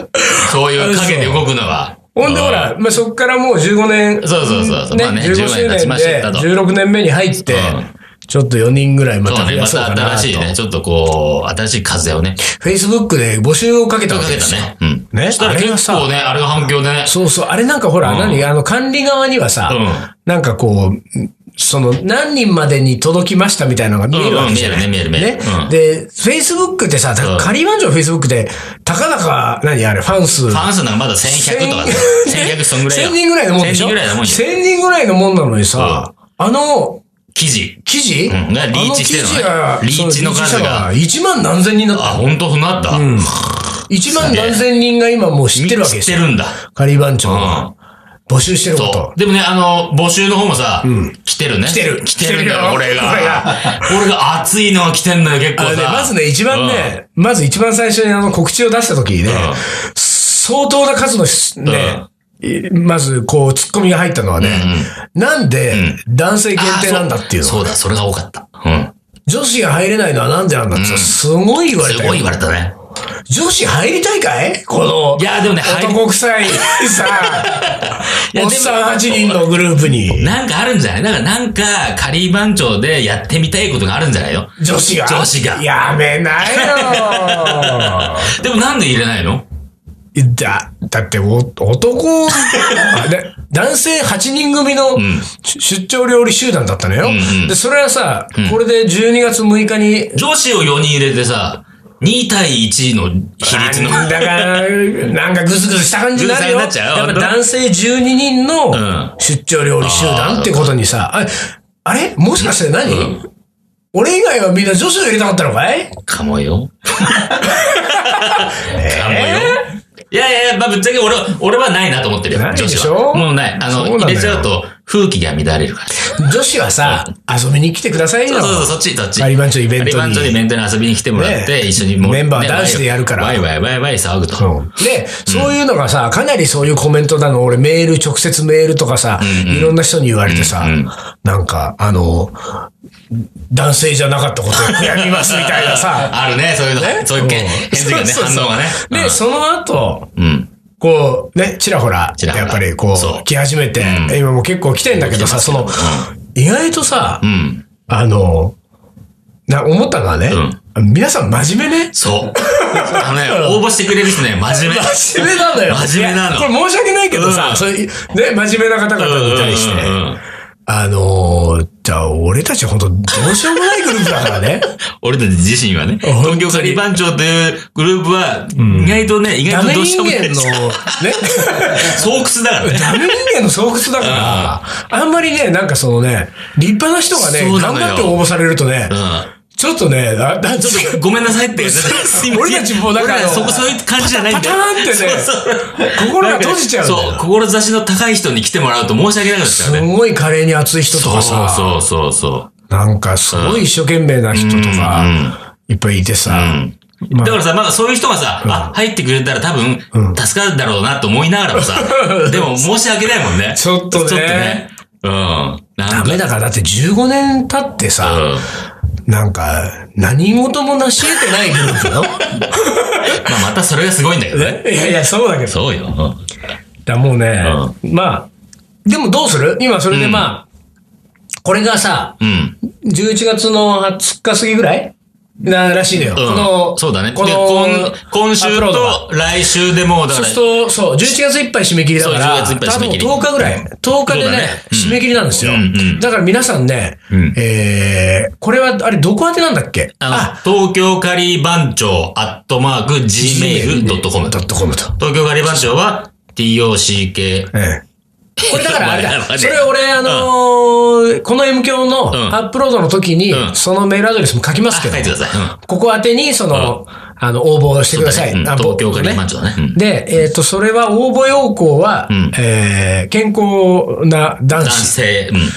[SPEAKER 2] そういう影で動くのは。
[SPEAKER 1] ほんでほら、まあ、そっからもう15年、
[SPEAKER 2] そうそうそうそう。まあね、
[SPEAKER 1] 15
[SPEAKER 2] 15
[SPEAKER 1] 周
[SPEAKER 2] 年経ちま
[SPEAKER 1] 年
[SPEAKER 2] し
[SPEAKER 1] で
[SPEAKER 2] たと。
[SPEAKER 1] 16年目に入って、
[SPEAKER 2] うん
[SPEAKER 1] ちょっと4人ぐらいま
[SPEAKER 2] そ
[SPEAKER 1] た
[SPEAKER 2] う
[SPEAKER 1] 増
[SPEAKER 2] ね、
[SPEAKER 1] や
[SPEAKER 2] ま
[SPEAKER 1] そう
[SPEAKER 2] た
[SPEAKER 1] かな
[SPEAKER 2] 新しい
[SPEAKER 1] と。
[SPEAKER 2] ね、ちょっとこう、新しい風をね、
[SPEAKER 1] Facebook で募集をかけたわ
[SPEAKER 2] か
[SPEAKER 1] け
[SPEAKER 2] け
[SPEAKER 1] で
[SPEAKER 2] た
[SPEAKER 1] すよ。
[SPEAKER 2] ね。うん。
[SPEAKER 1] ね
[SPEAKER 2] そしたら
[SPEAKER 1] あれが
[SPEAKER 2] 結
[SPEAKER 1] さ
[SPEAKER 2] 構ね、あれが反響でね。
[SPEAKER 1] そうそう。あれなんかほら、
[SPEAKER 2] うん
[SPEAKER 1] 何あの、管理側にはさ、
[SPEAKER 2] うん
[SPEAKER 1] なんかこう、その、何人までに届きましたみたいなのが見えるわけじゃない、
[SPEAKER 2] うんうん見えるね見える見えるうん
[SPEAKER 1] で、Facebook ってさ、
[SPEAKER 2] うん
[SPEAKER 1] 仮番長 Facebook って、たかだか、何あれ、ファン数。
[SPEAKER 2] ファン数なんかまだ1100とかさ、1100そんぐらいよ。
[SPEAKER 1] 1000人ぐらいのもんでし
[SPEAKER 2] 1000人
[SPEAKER 1] ょ
[SPEAKER 2] ぐらいのもんよ。
[SPEAKER 1] 1000人ぐらいのもんなのにさ、あの、
[SPEAKER 2] 記事。
[SPEAKER 1] 記事、
[SPEAKER 2] んがリーチしてるのね
[SPEAKER 1] あ記事は
[SPEAKER 2] リーチの数が
[SPEAKER 1] そリーチ者が1万何千人だった。
[SPEAKER 2] あ、本当なった。
[SPEAKER 1] 1万何千人が今もう知ってるわけで
[SPEAKER 2] 知っ
[SPEAKER 1] す
[SPEAKER 2] て
[SPEAKER 1] よ。
[SPEAKER 2] るんだ。
[SPEAKER 1] 仮番長
[SPEAKER 2] う
[SPEAKER 1] が
[SPEAKER 2] ん。
[SPEAKER 1] 募集してるこ
[SPEAKER 2] そ
[SPEAKER 1] と
[SPEAKER 2] う。。でもね、あの、募集の方もさ、来てるね。来
[SPEAKER 1] てる
[SPEAKER 2] 来てる
[SPEAKER 1] 来てる
[SPEAKER 2] んだ
[SPEAKER 1] よ
[SPEAKER 2] よ、俺が。
[SPEAKER 1] 俺 *laughs* が
[SPEAKER 2] 俺が熱いのは来てんのよ、結
[SPEAKER 1] あ
[SPEAKER 2] 構
[SPEAKER 1] のね
[SPEAKER 2] さ。
[SPEAKER 1] まずね、一番ね、まず一番最初にあの告知を出した時にね、
[SPEAKER 2] ん
[SPEAKER 1] 相当な数のしね、いまずこう、ツッコミが入ったのはね、なんで男性
[SPEAKER 2] うん、
[SPEAKER 1] 限定なんだっていう
[SPEAKER 2] あ
[SPEAKER 1] の。
[SPEAKER 2] そうそうだ、それが多かった。うん。
[SPEAKER 1] 女子が入れないのはなんでなんだって、すごい言われ
[SPEAKER 2] す
[SPEAKER 1] た
[SPEAKER 2] ごい言
[SPEAKER 1] よ。
[SPEAKER 2] われたね。
[SPEAKER 1] 女子入りたいかいこの、
[SPEAKER 2] いや、でもね、入り
[SPEAKER 1] 男臭
[SPEAKER 2] *laughs*
[SPEAKER 1] いさ、 *laughs*
[SPEAKER 2] いや
[SPEAKER 1] おっさん8人のグループに、
[SPEAKER 2] なんかあるんじゃないなんか、なんか、仮番長でやってみたいことがあるんじゃないの
[SPEAKER 1] 女子が。
[SPEAKER 2] 女子が
[SPEAKER 1] やめないよ。
[SPEAKER 2] *laughs* でもなんで入れないの
[SPEAKER 1] だ、だってお、男、あれ男性8人組のし出張料理集団だったのよ。
[SPEAKER 2] んうん
[SPEAKER 1] で、それはさ、これで12月6日に、
[SPEAKER 2] 女子を4人入れてさ、2対1の比率の。
[SPEAKER 1] なんだか、なんかグズグズした感じになるよ。
[SPEAKER 2] グズグズになっちゃう
[SPEAKER 1] やっぱ男性12人の
[SPEAKER 2] ん
[SPEAKER 1] 出張料理集団ってことにさ、ああれもしかして何、
[SPEAKER 2] うん
[SPEAKER 1] 俺以外はみんな女子を入れたかったのかい
[SPEAKER 2] かもよ。かもよ。いやいやいや、まあ、ぶっちゃけ俺は、俺はないなと思ってるよ。
[SPEAKER 1] ないで
[SPEAKER 2] 女
[SPEAKER 1] し
[SPEAKER 2] 子
[SPEAKER 1] ょ
[SPEAKER 2] は。もうない。あ
[SPEAKER 1] そう
[SPEAKER 2] の、
[SPEAKER 1] なのよ
[SPEAKER 2] 入れちゃうと、風紀が乱れるから。そ
[SPEAKER 1] 女子はさ、遊びに来てくださいよ。
[SPEAKER 2] うそうそう、そっち、そっち。
[SPEAKER 1] カリバンチョイベントに
[SPEAKER 2] カリバンチョイベントに遊びに来てもらっ
[SPEAKER 1] ね
[SPEAKER 2] て、一緒にもう
[SPEAKER 1] メンバーは
[SPEAKER 2] ね
[SPEAKER 1] 男子でやるから
[SPEAKER 2] ワイワイワイワイ騒ぐと。
[SPEAKER 1] で、そういうのがさ、かなりそういうコメントだの、俺メール、直接メールとかさ、いろんな人に言われてさ、なんか、あの、男性じゃなかったことを悔やみますみたいなさ、
[SPEAKER 2] あるね、そういう
[SPEAKER 1] ね
[SPEAKER 2] の。そういうけ返事がね、
[SPEAKER 1] そうそうそう
[SPEAKER 2] 反応がね。
[SPEAKER 1] で、その後、
[SPEAKER 2] うんうん。
[SPEAKER 1] こう、ね、ちらほら、
[SPEAKER 2] ちらほら
[SPEAKER 1] やっぱりこ
[SPEAKER 2] そう
[SPEAKER 1] う、来始めて、今もう結構来てんだけどさ、
[SPEAKER 2] 来
[SPEAKER 1] そ
[SPEAKER 2] て
[SPEAKER 1] の
[SPEAKER 2] ます、
[SPEAKER 1] 意外とさ
[SPEAKER 2] う、ん。
[SPEAKER 1] あの、な、思ったのはね、皆さん真面目ね。 *laughs*
[SPEAKER 2] そう。あのね、応募してくれる人ね、真面目。
[SPEAKER 1] 真面目なのよ。
[SPEAKER 2] 真面目なの
[SPEAKER 1] いやこれ申し訳ないけど
[SPEAKER 2] う
[SPEAKER 1] さ、
[SPEAKER 2] ん
[SPEAKER 1] そういうね、真面目な方々に対して、
[SPEAKER 2] うんうんうん
[SPEAKER 1] あのー、じゃあ俺たち本当どうしようもないグループだから
[SPEAKER 2] *laughs*
[SPEAKER 1] ね。
[SPEAKER 2] 俺たち自身はね、
[SPEAKER 1] 本当に
[SPEAKER 2] 東京カリ番長というグループは、意外とね、意
[SPEAKER 1] ダ
[SPEAKER 2] 外
[SPEAKER 1] メ
[SPEAKER 2] とどうし
[SPEAKER 1] 人
[SPEAKER 2] ようもな
[SPEAKER 1] 間の、
[SPEAKER 2] い
[SPEAKER 1] ね、
[SPEAKER 2] 巣窟だからね。
[SPEAKER 1] ダメ人間の巣窟だから、あんまりね、なんかそのね、立派な人がね
[SPEAKER 2] そ、うな
[SPEAKER 1] 頑
[SPEAKER 2] のよ
[SPEAKER 1] 張って応募されるとね、
[SPEAKER 2] う
[SPEAKER 1] ちょっとね、あだ
[SPEAKER 2] ん。ちょっとごめんなさいって。すいません
[SPEAKER 1] 俺たちもうだから
[SPEAKER 2] 俺らそこそういう感じじゃないん
[SPEAKER 1] パ
[SPEAKER 2] だ
[SPEAKER 1] タ
[SPEAKER 2] よ
[SPEAKER 1] ーンってね、心が閉じちゃうんだよ
[SPEAKER 2] そう、志の高い人に来てもらうと申し訳なかった
[SPEAKER 1] す
[SPEAKER 2] からね。
[SPEAKER 1] ごい華麗に熱い人と
[SPEAKER 2] そ
[SPEAKER 1] か
[SPEAKER 2] う
[SPEAKER 1] さ、
[SPEAKER 2] そうそうそう。
[SPEAKER 1] なんかすごい一生懸命な人とか、いっぱいいてさ、まあ
[SPEAKER 2] だからさ、まだそういう人がさ、あ、入ってくれたら多分、助かるだろうなと思いながらもさ、でも申し訳ないもんね。
[SPEAKER 1] ちょっとね
[SPEAKER 2] ちょっとね。うん。な
[SPEAKER 1] ダ
[SPEAKER 2] んか、
[SPEAKER 1] メだから、だって15年経ってさ、
[SPEAKER 2] うん。
[SPEAKER 1] なんか、何事も成し得てないグループ
[SPEAKER 2] *laughs*
[SPEAKER 1] だよ。
[SPEAKER 2] まあ、またそれがすごいんだけどね。
[SPEAKER 1] いやいや、そうだけど。
[SPEAKER 2] そうよ。
[SPEAKER 1] だもうね、まあ、でもどうする今それでまあ、これがさ、
[SPEAKER 2] うん。
[SPEAKER 1] 11月の20日過ぎぐらいならしいのよ。こ
[SPEAKER 2] うん
[SPEAKER 1] の、
[SPEAKER 2] そうだね。で、
[SPEAKER 1] この
[SPEAKER 2] 今今週
[SPEAKER 1] アップロードが
[SPEAKER 2] と来週でもう、だ
[SPEAKER 1] そ
[SPEAKER 2] か
[SPEAKER 1] う
[SPEAKER 2] ら
[SPEAKER 1] す、ると、そう、11月いっぱい締め切りだから、
[SPEAKER 2] そう11月いっぱい締め切り
[SPEAKER 1] あと10日ぐらい、10日でね
[SPEAKER 2] そうだねうん
[SPEAKER 1] 締め切りなんですよ。
[SPEAKER 2] うんうん
[SPEAKER 1] だから皆さんね、
[SPEAKER 2] うん
[SPEAKER 1] えー、これは、あれ、どこ宛てなんだっけ
[SPEAKER 2] あの、東京カリ番長アットマーク Gmail.com。
[SPEAKER 1] ドットコムと。
[SPEAKER 2] 東京カリ番長は TOCK。
[SPEAKER 1] ええこれだ
[SPEAKER 2] *laughs*
[SPEAKER 1] からあれ
[SPEAKER 2] まあ
[SPEAKER 1] だ
[SPEAKER 2] まあ。ね
[SPEAKER 1] それ俺、あのーこの M 響の
[SPEAKER 2] ん
[SPEAKER 1] アップロードの時に
[SPEAKER 2] う、ん
[SPEAKER 1] そのメールアドレスも書きま
[SPEAKER 2] あ
[SPEAKER 1] す
[SPEAKER 2] 書
[SPEAKER 1] け
[SPEAKER 2] い
[SPEAKER 1] ど、
[SPEAKER 2] てください。うん
[SPEAKER 1] ここ宛てに、その、あの、応募をしてください。
[SPEAKER 2] そうだ
[SPEAKER 1] あ
[SPEAKER 2] ねうん東京カリ番
[SPEAKER 1] ね。
[SPEAKER 2] 長だね。うん
[SPEAKER 1] で、えっ、と、それは応募要項は、
[SPEAKER 2] ん
[SPEAKER 1] えー健康な男
[SPEAKER 2] 男
[SPEAKER 1] 子
[SPEAKER 2] 性。うん。
[SPEAKER 1] っ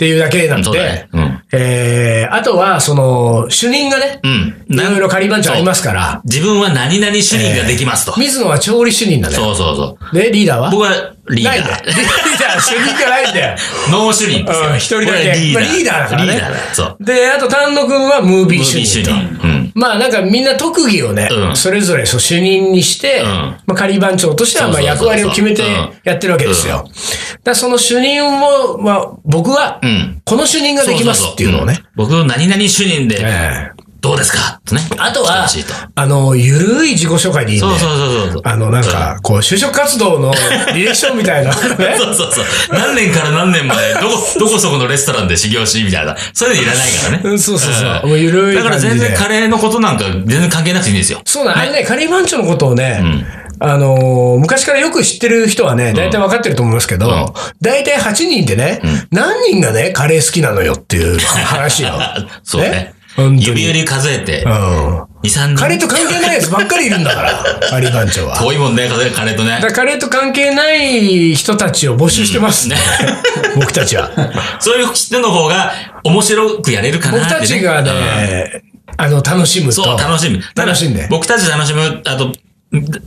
[SPEAKER 1] ていうだけなん
[SPEAKER 2] そうだね
[SPEAKER 1] で、
[SPEAKER 2] うん
[SPEAKER 1] えーあとは、その、主任がね、
[SPEAKER 2] うん。。
[SPEAKER 1] いろいろ仮番長ありますすから、
[SPEAKER 2] 自分は何々主任ができますと。
[SPEAKER 1] 水野は調理主任だね。
[SPEAKER 2] そうそうそう。
[SPEAKER 1] で、リーダーは
[SPEAKER 2] 僕はリーダ
[SPEAKER 1] ないんだよ。 *laughs* リ
[SPEAKER 2] ー。
[SPEAKER 1] ーダー、主任じゃないんだよ。
[SPEAKER 2] *laughs* ノー主任です
[SPEAKER 1] う
[SPEAKER 2] よ。
[SPEAKER 1] ん一人だけ
[SPEAKER 2] 俺はリーダ
[SPEAKER 1] まあ
[SPEAKER 2] ー。
[SPEAKER 1] リーダーだからね
[SPEAKER 2] リーダーだ。そう。
[SPEAKER 1] で、あと丹野くんはムービー主任と。
[SPEAKER 2] ムービー主任うん
[SPEAKER 1] まあなんかみんな特技をね、
[SPEAKER 2] うん
[SPEAKER 1] それぞれそう主任にして、
[SPEAKER 2] うん
[SPEAKER 1] まあ仮番長としてはまあ
[SPEAKER 2] そうそう
[SPEAKER 1] 役
[SPEAKER 2] そうそう
[SPEAKER 1] 割を決めて
[SPEAKER 2] うん
[SPEAKER 1] やってるわけですよ。だからその主任を、まあ僕は
[SPEAKER 2] うん、
[SPEAKER 1] この主任ができますっていうのをね。
[SPEAKER 2] そうそうそううん僕、何々主任で、
[SPEAKER 1] ええ
[SPEAKER 2] どうですかとね。
[SPEAKER 1] あと
[SPEAKER 2] 来て
[SPEAKER 1] は
[SPEAKER 2] ほしいと、
[SPEAKER 1] あの、ゆるい自己紹介でいいね。
[SPEAKER 2] そうそうそうそう。
[SPEAKER 1] あの、なんか、こう、就職活動の履歴書みたいな。ね
[SPEAKER 2] *laughs* そうそうそう。何年から何年まで、どこ、
[SPEAKER 1] *laughs*
[SPEAKER 2] どこそこのレストランで修行し、みたいな。そういうのいらないからね。
[SPEAKER 1] うんそうそうそうんもう緩い
[SPEAKER 2] だから全
[SPEAKER 1] 感じ
[SPEAKER 2] 然
[SPEAKER 1] で
[SPEAKER 2] カレーのことなんか全然関係なくていいんですよ。。
[SPEAKER 1] そうなん、あれね、カリー番長のことをね、あのー昔からよく知ってる人はね、大体わかってると思いますけど、大体8人でね、何人がね、カレー好きなのよっていう話よ
[SPEAKER 2] *laughs* そうね。
[SPEAKER 1] 本当
[SPEAKER 2] 指
[SPEAKER 1] に。
[SPEAKER 2] 折り数えて
[SPEAKER 1] う、ん。
[SPEAKER 2] 2、3
[SPEAKER 1] カレー
[SPEAKER 2] 人。
[SPEAKER 1] と関係ないやつばっかりいるんだから、カリー番長は。
[SPEAKER 2] 遠いもんね、カレーとね
[SPEAKER 1] だか。らカレーと関係ない人たちを募集してますね。僕たち
[SPEAKER 2] *laughs*
[SPEAKER 1] は。
[SPEAKER 2] そういう人の方が面白くやれるかなっ
[SPEAKER 1] 僕
[SPEAKER 2] て、ね。
[SPEAKER 1] たちが
[SPEAKER 2] うん
[SPEAKER 1] ね、あの、楽しむと。
[SPEAKER 2] そう、楽しむ。ただ
[SPEAKER 1] 楽しんで
[SPEAKER 2] 僕たち楽しむ、あと、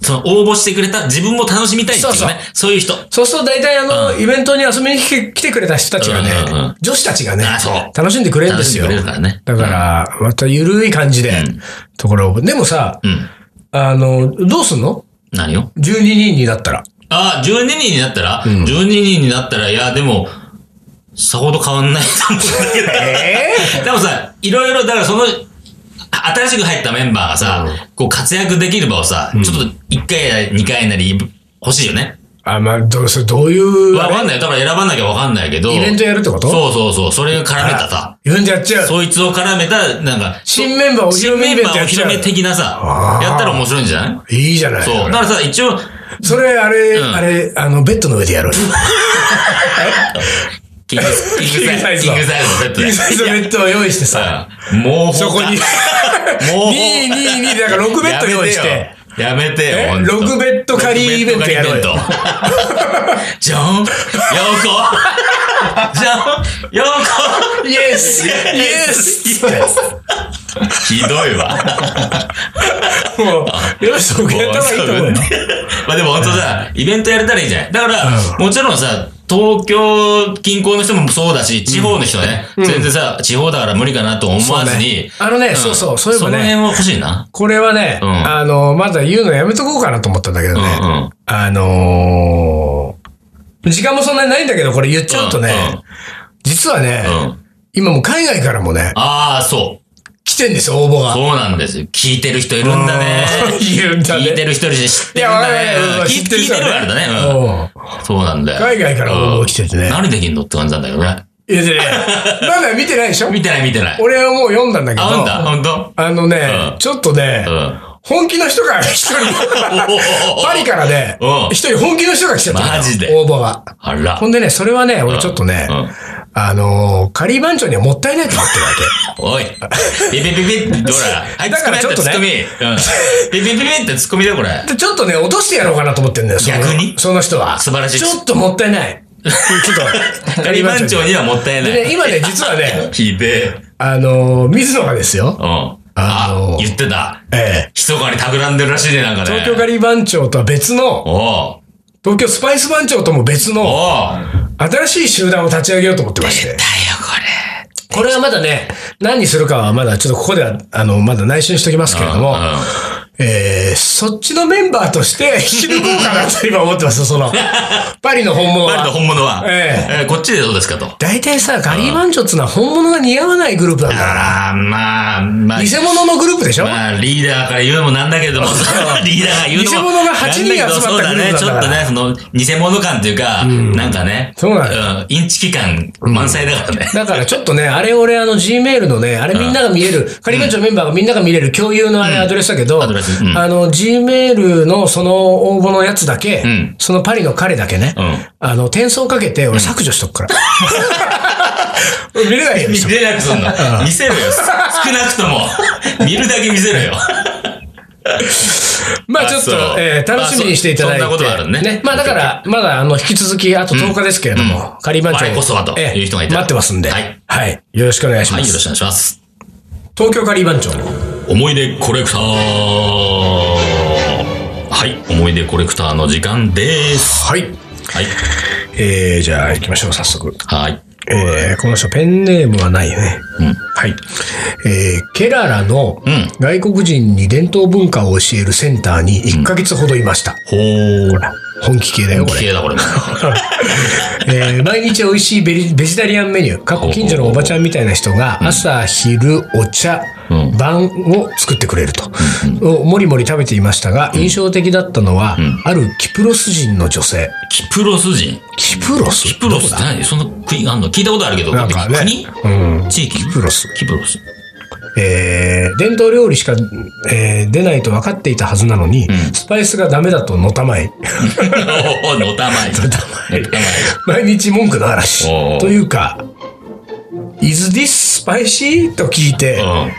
[SPEAKER 2] その応募してくれた自分も楽しみたいっていうね。そ
[SPEAKER 1] そううそう
[SPEAKER 2] いう人。
[SPEAKER 1] そうすると大体あの、
[SPEAKER 2] う
[SPEAKER 1] イベントに遊びに来て来てくれた人たちがね、
[SPEAKER 2] うんうんうん
[SPEAKER 1] 女子たちがね
[SPEAKER 2] あそう、
[SPEAKER 1] 楽しんでくれるんですよ。
[SPEAKER 2] 楽しんでくれるからね
[SPEAKER 1] だから、またゆるい感じで、
[SPEAKER 2] うん
[SPEAKER 1] ところを。でもさ、
[SPEAKER 2] うん。
[SPEAKER 1] あの、どうすんの
[SPEAKER 2] 何よ
[SPEAKER 1] ?12 人になったら。
[SPEAKER 2] ああ、12人になったら、?12 人になったら、いや、でも、さほど変わんないと思うんだけど。
[SPEAKER 1] *laughs* え
[SPEAKER 2] でもさ、いろいろ、だからその、あ新しく入ったメンバーがさ、こう活躍できる場をさ、ちょっと1回や2回なり欲しいよね。
[SPEAKER 1] あ、まあ、どうそれどういう、
[SPEAKER 2] わかんないよ。だから選ばなきゃわかんないけど。
[SPEAKER 1] イベントやるってこと
[SPEAKER 2] そうそうそう。それが絡めたさ
[SPEAKER 1] あ。イベントやっちゃう。
[SPEAKER 2] *laughs* そいつを絡めた、なんか、
[SPEAKER 1] 新メンバーお披露
[SPEAKER 2] 新
[SPEAKER 1] 目
[SPEAKER 2] メ
[SPEAKER 1] イ
[SPEAKER 2] ン
[SPEAKER 1] ベン
[SPEAKER 2] バ
[SPEAKER 1] ト
[SPEAKER 2] ー
[SPEAKER 1] や
[SPEAKER 2] お
[SPEAKER 1] っ
[SPEAKER 2] 披
[SPEAKER 1] ちゃ
[SPEAKER 2] 露
[SPEAKER 1] う
[SPEAKER 2] 目。的なさ
[SPEAKER 1] あ、ー
[SPEAKER 2] やったら面白いんじゃない
[SPEAKER 1] いいじゃない。
[SPEAKER 2] そう。だからさ、一応、
[SPEAKER 1] それ、あれ、
[SPEAKER 2] うん
[SPEAKER 1] あれ、あの、ベッドの上でやろうよ。
[SPEAKER 2] キングスキングサイズ。
[SPEAKER 1] キ
[SPEAKER 2] キン
[SPEAKER 1] ン
[SPEAKER 2] グ
[SPEAKER 1] グ
[SPEAKER 2] サ
[SPEAKER 1] サ
[SPEAKER 2] イズのセット
[SPEAKER 1] ベ *laughs*
[SPEAKER 2] で。
[SPEAKER 1] ッドを用意してさ、
[SPEAKER 2] うんもう、
[SPEAKER 1] そこに、
[SPEAKER 2] もう、
[SPEAKER 1] 222だから6ベッド用意して。
[SPEAKER 2] やめてよ。や
[SPEAKER 1] え
[SPEAKER 2] めてよ。ほんと
[SPEAKER 1] 6ベッドカリーイベントやろうよ
[SPEAKER 2] 6ベッドカリーイベントジョン、ヨーコ、 *laughs* ジョン、ヨーコ、
[SPEAKER 1] イエスイエス
[SPEAKER 2] ひどいわ。
[SPEAKER 1] もう、よし、そこやった方がいいと思うよ。
[SPEAKER 2] まあでも本当さ、イベントやれたらいいじゃない。だから、
[SPEAKER 1] う
[SPEAKER 2] もちろんさ、東京近郊の人もそうだし、地方の人ね、全然さ、地方だから無理かなと思わずに。
[SPEAKER 1] そうねあのね
[SPEAKER 2] ん
[SPEAKER 1] そうそうそういえばね
[SPEAKER 2] その辺は欲しいな。
[SPEAKER 1] これはね、
[SPEAKER 2] うん
[SPEAKER 1] あの、まだ言うのやめとこうかなと思ったんだけどね。
[SPEAKER 2] うんうん
[SPEAKER 1] あのー時間もそんなにないんだけど、これ言っちゃうとね、
[SPEAKER 2] うんうん
[SPEAKER 1] 実はね、
[SPEAKER 2] うん
[SPEAKER 1] 今もう海外からもね、
[SPEAKER 2] ああ、そう。
[SPEAKER 1] 来てんですよ、応募が。
[SPEAKER 2] そうなんですよ。聞いてる人いるんだ
[SPEAKER 1] *laughs*
[SPEAKER 2] ね。
[SPEAKER 1] うんいるんだね
[SPEAKER 2] 聞いてる人いるし、知って
[SPEAKER 1] い
[SPEAKER 2] るん
[SPEAKER 1] わか
[SPEAKER 2] だ
[SPEAKER 1] るわ
[SPEAKER 2] ね。
[SPEAKER 1] か
[SPEAKER 2] うん
[SPEAKER 1] る
[SPEAKER 2] 聞
[SPEAKER 1] 知
[SPEAKER 2] い
[SPEAKER 1] って
[SPEAKER 2] て
[SPEAKER 1] る
[SPEAKER 2] る
[SPEAKER 1] 人はね
[SPEAKER 2] からだね。うん
[SPEAKER 1] うん
[SPEAKER 2] そうなんだよ。
[SPEAKER 1] 海外から応募来ててね
[SPEAKER 2] うん何できんのって感じなんだけどね。
[SPEAKER 1] いやでね、
[SPEAKER 2] *laughs*
[SPEAKER 1] まだ見てないでしょ
[SPEAKER 2] 見てない見てない。
[SPEAKER 1] 俺はもう読んだんだけど、
[SPEAKER 2] あ、うんだ、ほんと
[SPEAKER 1] あのね、
[SPEAKER 2] うん
[SPEAKER 1] ちょっとね、
[SPEAKER 2] うん。
[SPEAKER 1] 本気の人が一
[SPEAKER 2] *laughs*
[SPEAKER 1] 人、パリからね
[SPEAKER 2] うん、
[SPEAKER 1] 一人本気の人が来ちゃったのよ。
[SPEAKER 2] マジで
[SPEAKER 1] 応募が。
[SPEAKER 2] あら
[SPEAKER 1] ほ。んでね、それはね、俺ちょっとね、
[SPEAKER 2] うんうん
[SPEAKER 1] あのー、カリー番長にはもったいないと思ってるわ
[SPEAKER 2] おい。ビビビビって、ほら。は
[SPEAKER 1] *laughs*
[SPEAKER 2] い、
[SPEAKER 1] だから
[SPEAKER 2] ツッコミ入ったツッコミ。うん。ビビビビってツッコミだよ、これ。
[SPEAKER 1] け。
[SPEAKER 2] *laughs*
[SPEAKER 1] で、ちょっとね、落としてやろうかなと思ってんだよ、その
[SPEAKER 2] 逆に
[SPEAKER 1] その人は。
[SPEAKER 2] 素晴らしい
[SPEAKER 1] ちょっともったい
[SPEAKER 2] *laughs*
[SPEAKER 1] ない。ちょっと、
[SPEAKER 2] ガリバン長にはもったいな
[SPEAKER 1] *laughs* でね、
[SPEAKER 2] い。
[SPEAKER 1] 今ね、実はね、
[SPEAKER 2] ひでえ。
[SPEAKER 1] あのー、水野がです
[SPEAKER 2] う
[SPEAKER 1] よ、
[SPEAKER 2] ん。
[SPEAKER 1] あ
[SPEAKER 2] あ
[SPEAKER 1] の、
[SPEAKER 2] 言ってた。
[SPEAKER 1] ええ
[SPEAKER 2] 密かに企んでるらしいね、なんかね。
[SPEAKER 1] 東京カリー番長とは別の、
[SPEAKER 2] おう
[SPEAKER 1] 東京スパイス番長とも別
[SPEAKER 2] お
[SPEAKER 1] の、
[SPEAKER 2] う
[SPEAKER 1] 新しい集団を立ち上げようと思ってまして。
[SPEAKER 2] だよ、これ。
[SPEAKER 1] これはまだね、何にするかはまだちょっとここでは、あの、まだ内緒にしときますけれども
[SPEAKER 2] うんうん、
[SPEAKER 1] えー、そっちのメンバーとして引き抜こうかなと今思ってますよ、
[SPEAKER 2] *laughs*
[SPEAKER 1] その。パリの本物
[SPEAKER 2] バリの
[SPEAKER 1] は。
[SPEAKER 2] 本物は。
[SPEAKER 1] え
[SPEAKER 2] えー。こっちでどうですかと。
[SPEAKER 1] 大体さ、ガリーバンチョっつうのは本物が似合わないグループなんだか
[SPEAKER 2] あー、まあ、まあ
[SPEAKER 1] ら。。偽物のグループでしょ
[SPEAKER 2] まあ、リーダーから言うのもなんだ
[SPEAKER 1] *laughs*
[SPEAKER 2] けれども、リーダーが言うのも。
[SPEAKER 1] 偽物が8人集まった
[SPEAKER 2] そうだね、
[SPEAKER 1] グルー
[SPEAKER 2] ち
[SPEAKER 1] プ
[SPEAKER 2] ょ
[SPEAKER 1] だ
[SPEAKER 2] っ
[SPEAKER 1] か
[SPEAKER 2] とね
[SPEAKER 1] ら、
[SPEAKER 2] その、偽物感というか、なんかね。
[SPEAKER 1] そうなん
[SPEAKER 2] うんインチキ感満載だからね。
[SPEAKER 1] だからちょっとね、あれ俺あの Gmail のね、あれみんなが見える、カリバンチョメンバーがみんなが見れる共有のあれアドレスだけど、
[SPEAKER 2] アドレスうん
[SPEAKER 1] あの Gmail のその応募のやつだけ、
[SPEAKER 2] ん
[SPEAKER 1] そのパリの彼だけね、
[SPEAKER 2] うん
[SPEAKER 1] あの転送かけて俺削除しとくから。見れないようにしと
[SPEAKER 2] 見 *laughs* れなくすんの。見せろよ。少なくとも。見るだけ見せろよ。
[SPEAKER 1] くまあちょっと
[SPEAKER 2] あそう、
[SPEAKER 1] えー楽しみにしていただいて。
[SPEAKER 2] まあそそんなことあるね
[SPEAKER 1] まあだから、まだあの引き続きあと10日ですけれども、カリバンチョ
[SPEAKER 2] 我こそはという人がいたら
[SPEAKER 1] 待ってますんで、
[SPEAKER 2] はい
[SPEAKER 1] よろしくお願いし
[SPEAKER 2] は
[SPEAKER 1] ま
[SPEAKER 2] い、よ
[SPEAKER 1] す。
[SPEAKER 2] ろしくお願いします。
[SPEAKER 1] 東京カリバンチョの
[SPEAKER 2] 思い出コレクター。はい、思い出コレクターの時間です。
[SPEAKER 1] はい。
[SPEAKER 2] はい。
[SPEAKER 1] えー、じゃあ行きましょう、早速。
[SPEAKER 2] はい。
[SPEAKER 1] えー、この人ペンネームはないよね。
[SPEAKER 2] うん。
[SPEAKER 1] はい。えーケララの
[SPEAKER 2] うん
[SPEAKER 1] 外国人に伝統文化を教えるセンターに1ヶ月ほどいました。
[SPEAKER 2] ほーら。
[SPEAKER 1] 本気系だよ、こ
[SPEAKER 2] 綺
[SPEAKER 1] れ。
[SPEAKER 2] 麗だ、
[SPEAKER 1] *laughs*
[SPEAKER 2] これも。
[SPEAKER 1] えー毎日美味しいベリベジタリアンメニュー、過去近所のおばちゃんみたいな人が朝、昼、お茶、
[SPEAKER 2] うん
[SPEAKER 1] 晩を作ってくれると。をもりもり食べていましたが、印象的だったのは、あるキプロス人の女性。
[SPEAKER 2] キプロス人。
[SPEAKER 1] キプロス
[SPEAKER 2] キプロスって何そんな国があんの聞いたことあるけど、
[SPEAKER 1] なんかね
[SPEAKER 2] 国
[SPEAKER 1] うん。
[SPEAKER 2] 地域キ
[SPEAKER 1] プロス。
[SPEAKER 2] キプロス。
[SPEAKER 1] えー伝統料理しか、えー出ないと分かっていたはずなのに、
[SPEAKER 2] ん
[SPEAKER 1] スパイスがダメだとのたまい。
[SPEAKER 2] おお、のたまい。のたまい。
[SPEAKER 1] *laughs* 毎日文句の嵐
[SPEAKER 2] おー。
[SPEAKER 1] というか、is this spicy? と聞いて、no!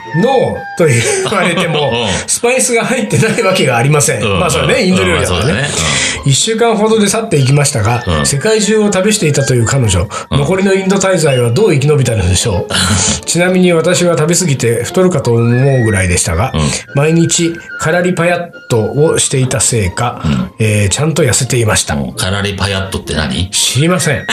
[SPEAKER 1] と言われても
[SPEAKER 2] うん、
[SPEAKER 1] スパイスが入ってないわけがありません。
[SPEAKER 2] うん
[SPEAKER 1] まあそれね、インド料理だから
[SPEAKER 2] うんまあ
[SPEAKER 1] ね
[SPEAKER 2] そうだね。
[SPEAKER 1] 一週間ほどで去っていきましたが、
[SPEAKER 2] うん
[SPEAKER 1] 世界中を旅していたという彼女、残りのインド滞在はどう生き延びたのでしょう。
[SPEAKER 2] *laughs*
[SPEAKER 1] ちなみに私は食べ過ぎて太るかと思うぐらいでしたが、
[SPEAKER 2] ん
[SPEAKER 1] 毎日カラリパヤットをしていたせいか、えーちゃんと痩せていました。
[SPEAKER 2] うん。カラリパヤットって何
[SPEAKER 1] 知りません。
[SPEAKER 2] なんで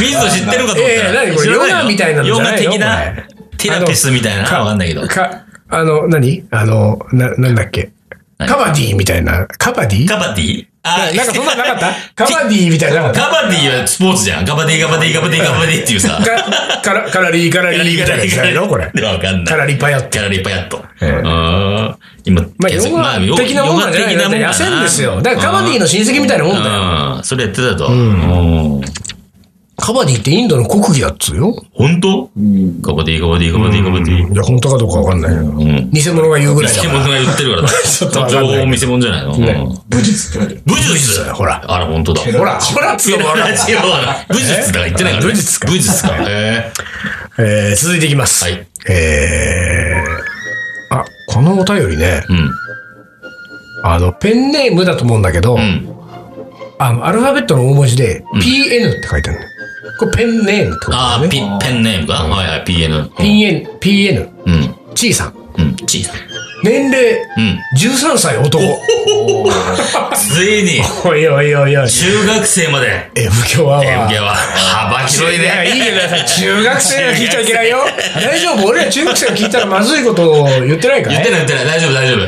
[SPEAKER 2] 水野知ってるかと思ったら。
[SPEAKER 1] ええ何これ
[SPEAKER 2] 知ら
[SPEAKER 1] ヨガ
[SPEAKER 2] の
[SPEAKER 1] みたいなのじゃないよ
[SPEAKER 2] ヨガ
[SPEAKER 1] こ
[SPEAKER 2] 的な。ティラピスみたいな。わかんないけど。カ
[SPEAKER 1] か、あの、何あの、な、なんだっけ。
[SPEAKER 2] 何
[SPEAKER 1] カバディみたいな。カバディ
[SPEAKER 2] バディあ
[SPEAKER 1] なんかそんなのなかったカバディみたいなのなかっ
[SPEAKER 2] ガバディはスポーツじゃん。ガバディガバディガバディガバディっていうさ。
[SPEAKER 1] たかカラカラリーカラリーみたいなやつだよ、これ。
[SPEAKER 2] わかんない。
[SPEAKER 1] カラリパヤット。
[SPEAKER 2] キャラリーパヤット。
[SPEAKER 1] ええ
[SPEAKER 2] あー今、
[SPEAKER 1] まあ、
[SPEAKER 2] 検
[SPEAKER 1] ヨ
[SPEAKER 2] 索まあ
[SPEAKER 1] ガ的なもんなんじゃない
[SPEAKER 2] ヨガ
[SPEAKER 1] だって
[SPEAKER 2] 的なも
[SPEAKER 1] 痩
[SPEAKER 2] ん
[SPEAKER 1] せ
[SPEAKER 2] かなん
[SPEAKER 1] ですよ。だからカバディの親戚みたいなもんだよ。
[SPEAKER 2] うん。それやってたと。うん
[SPEAKER 1] カバディってインドの国技だっつうよ。
[SPEAKER 2] 本当ガバディガバディガバディガバディ。
[SPEAKER 1] いや、本当かどうかわかんないけど。
[SPEAKER 2] ん
[SPEAKER 1] 偽物が言うぐらいだ
[SPEAKER 2] 偽
[SPEAKER 1] か
[SPEAKER 2] 物
[SPEAKER 1] ら。
[SPEAKER 2] が言ってるからね。
[SPEAKER 1] *laughs* ちょっとわかんな
[SPEAKER 2] 情
[SPEAKER 1] い
[SPEAKER 2] 報見せ物じゃないの
[SPEAKER 1] ね
[SPEAKER 2] うん
[SPEAKER 3] 武術って書いてある。
[SPEAKER 2] 武術
[SPEAKER 1] ほら。
[SPEAKER 2] あら、本当だ。
[SPEAKER 1] ほら、ほらっつうの *laughs*
[SPEAKER 2] ラジオだ武術だから言ってないからね。
[SPEAKER 1] 武術か
[SPEAKER 2] 武術か。へ
[SPEAKER 1] えー続いていきます。
[SPEAKER 2] はい
[SPEAKER 1] えーあ、このお便りね、
[SPEAKER 2] えうん。
[SPEAKER 1] あの、ペンネームだと思うんだけど、
[SPEAKER 2] うん。
[SPEAKER 1] あの、アルファベットの大文字で、PN って書いてあるのよ。これペンネームってことだ
[SPEAKER 2] あー
[SPEAKER 1] よ
[SPEAKER 2] ピ
[SPEAKER 1] ね。
[SPEAKER 2] ペンネームかはいはい、PN。
[SPEAKER 1] PN、PN、
[SPEAKER 2] うん。
[SPEAKER 1] ちいさん。
[SPEAKER 2] うん。うん。ちいさん。
[SPEAKER 1] 年齢、
[SPEAKER 2] うん。
[SPEAKER 1] 13歳男。
[SPEAKER 2] つい
[SPEAKER 1] *laughs*
[SPEAKER 2] に、
[SPEAKER 1] おいおいおいおい。
[SPEAKER 2] 中学生まで。
[SPEAKER 1] M 強アワー。
[SPEAKER 2] M 系は幅広い
[SPEAKER 1] いや、
[SPEAKER 2] ね。
[SPEAKER 1] いいけどさ、中学生は聞いちゃいけないよ。大丈夫俺ら中学生が聞いたらまずいことを言ってないかい
[SPEAKER 2] 言ってない言ってない。大丈夫大丈夫。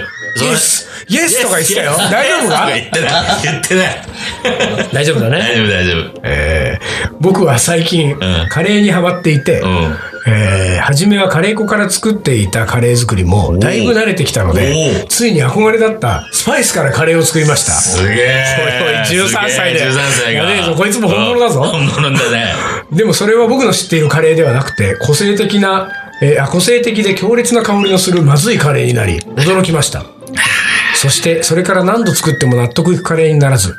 [SPEAKER 1] イエス、イエスとか言ってたよ。大丈夫か
[SPEAKER 2] 言ってない。言ってない。
[SPEAKER 1] *laughs* 大丈夫だね。
[SPEAKER 2] 大丈夫大丈夫。
[SPEAKER 1] えー僕は最近、
[SPEAKER 2] ん
[SPEAKER 1] カレーにハマっていて、
[SPEAKER 2] うん。
[SPEAKER 1] えー初めはカレー粉から作っていたカレー作りもだいぶ慣れてきたの
[SPEAKER 2] お
[SPEAKER 1] で
[SPEAKER 2] ー
[SPEAKER 1] ついに憧れだったスパイスからカレーを作りました
[SPEAKER 2] すげえ。
[SPEAKER 1] おいおい13歳だよ
[SPEAKER 2] 13歳が。
[SPEAKER 1] やべえぞこいつも本物だぞ
[SPEAKER 2] うん本物だね。
[SPEAKER 1] でもそれは僕の知っているカレーではなくて個性的な、えーあ個性的で強烈な香りのするまずいカレーになり驚きましたそしてそれから何度作っても納得いくカレーにならず、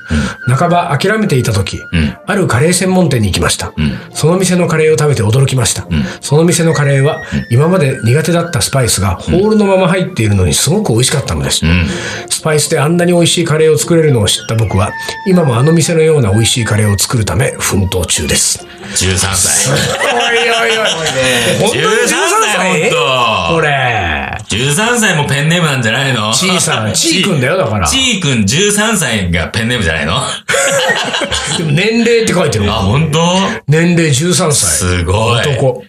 [SPEAKER 1] 半ば諦めていた時、
[SPEAKER 2] ん
[SPEAKER 1] あるカレー専門店に行きました、
[SPEAKER 2] ん
[SPEAKER 1] その店のカレーを食べて驚きました、その店のカレーは今まで苦手だったスパイスがホールのまま入っているのにすごく美味しかったのです、
[SPEAKER 2] うん。
[SPEAKER 1] スパイスであんなに美味しいカレーを作れるのを知った僕は今もあの店のような美味しいカレーを作るため奮闘中です
[SPEAKER 2] 13歳。
[SPEAKER 1] おいおいおい。本当に
[SPEAKER 2] 13
[SPEAKER 1] 13歳
[SPEAKER 2] 歳ほんと
[SPEAKER 1] これ。
[SPEAKER 2] 13歳もペンネームなんじゃないの
[SPEAKER 1] ちい
[SPEAKER 2] *laughs*
[SPEAKER 1] さん、ちいくんだよ、だから。
[SPEAKER 2] ちーくん13歳がペンネームじ
[SPEAKER 1] *laughs*
[SPEAKER 2] ゃないのあ、
[SPEAKER 1] でも年齢って書いてるもん
[SPEAKER 2] 本当
[SPEAKER 1] 年齢13歳。
[SPEAKER 2] すごい。
[SPEAKER 1] 男。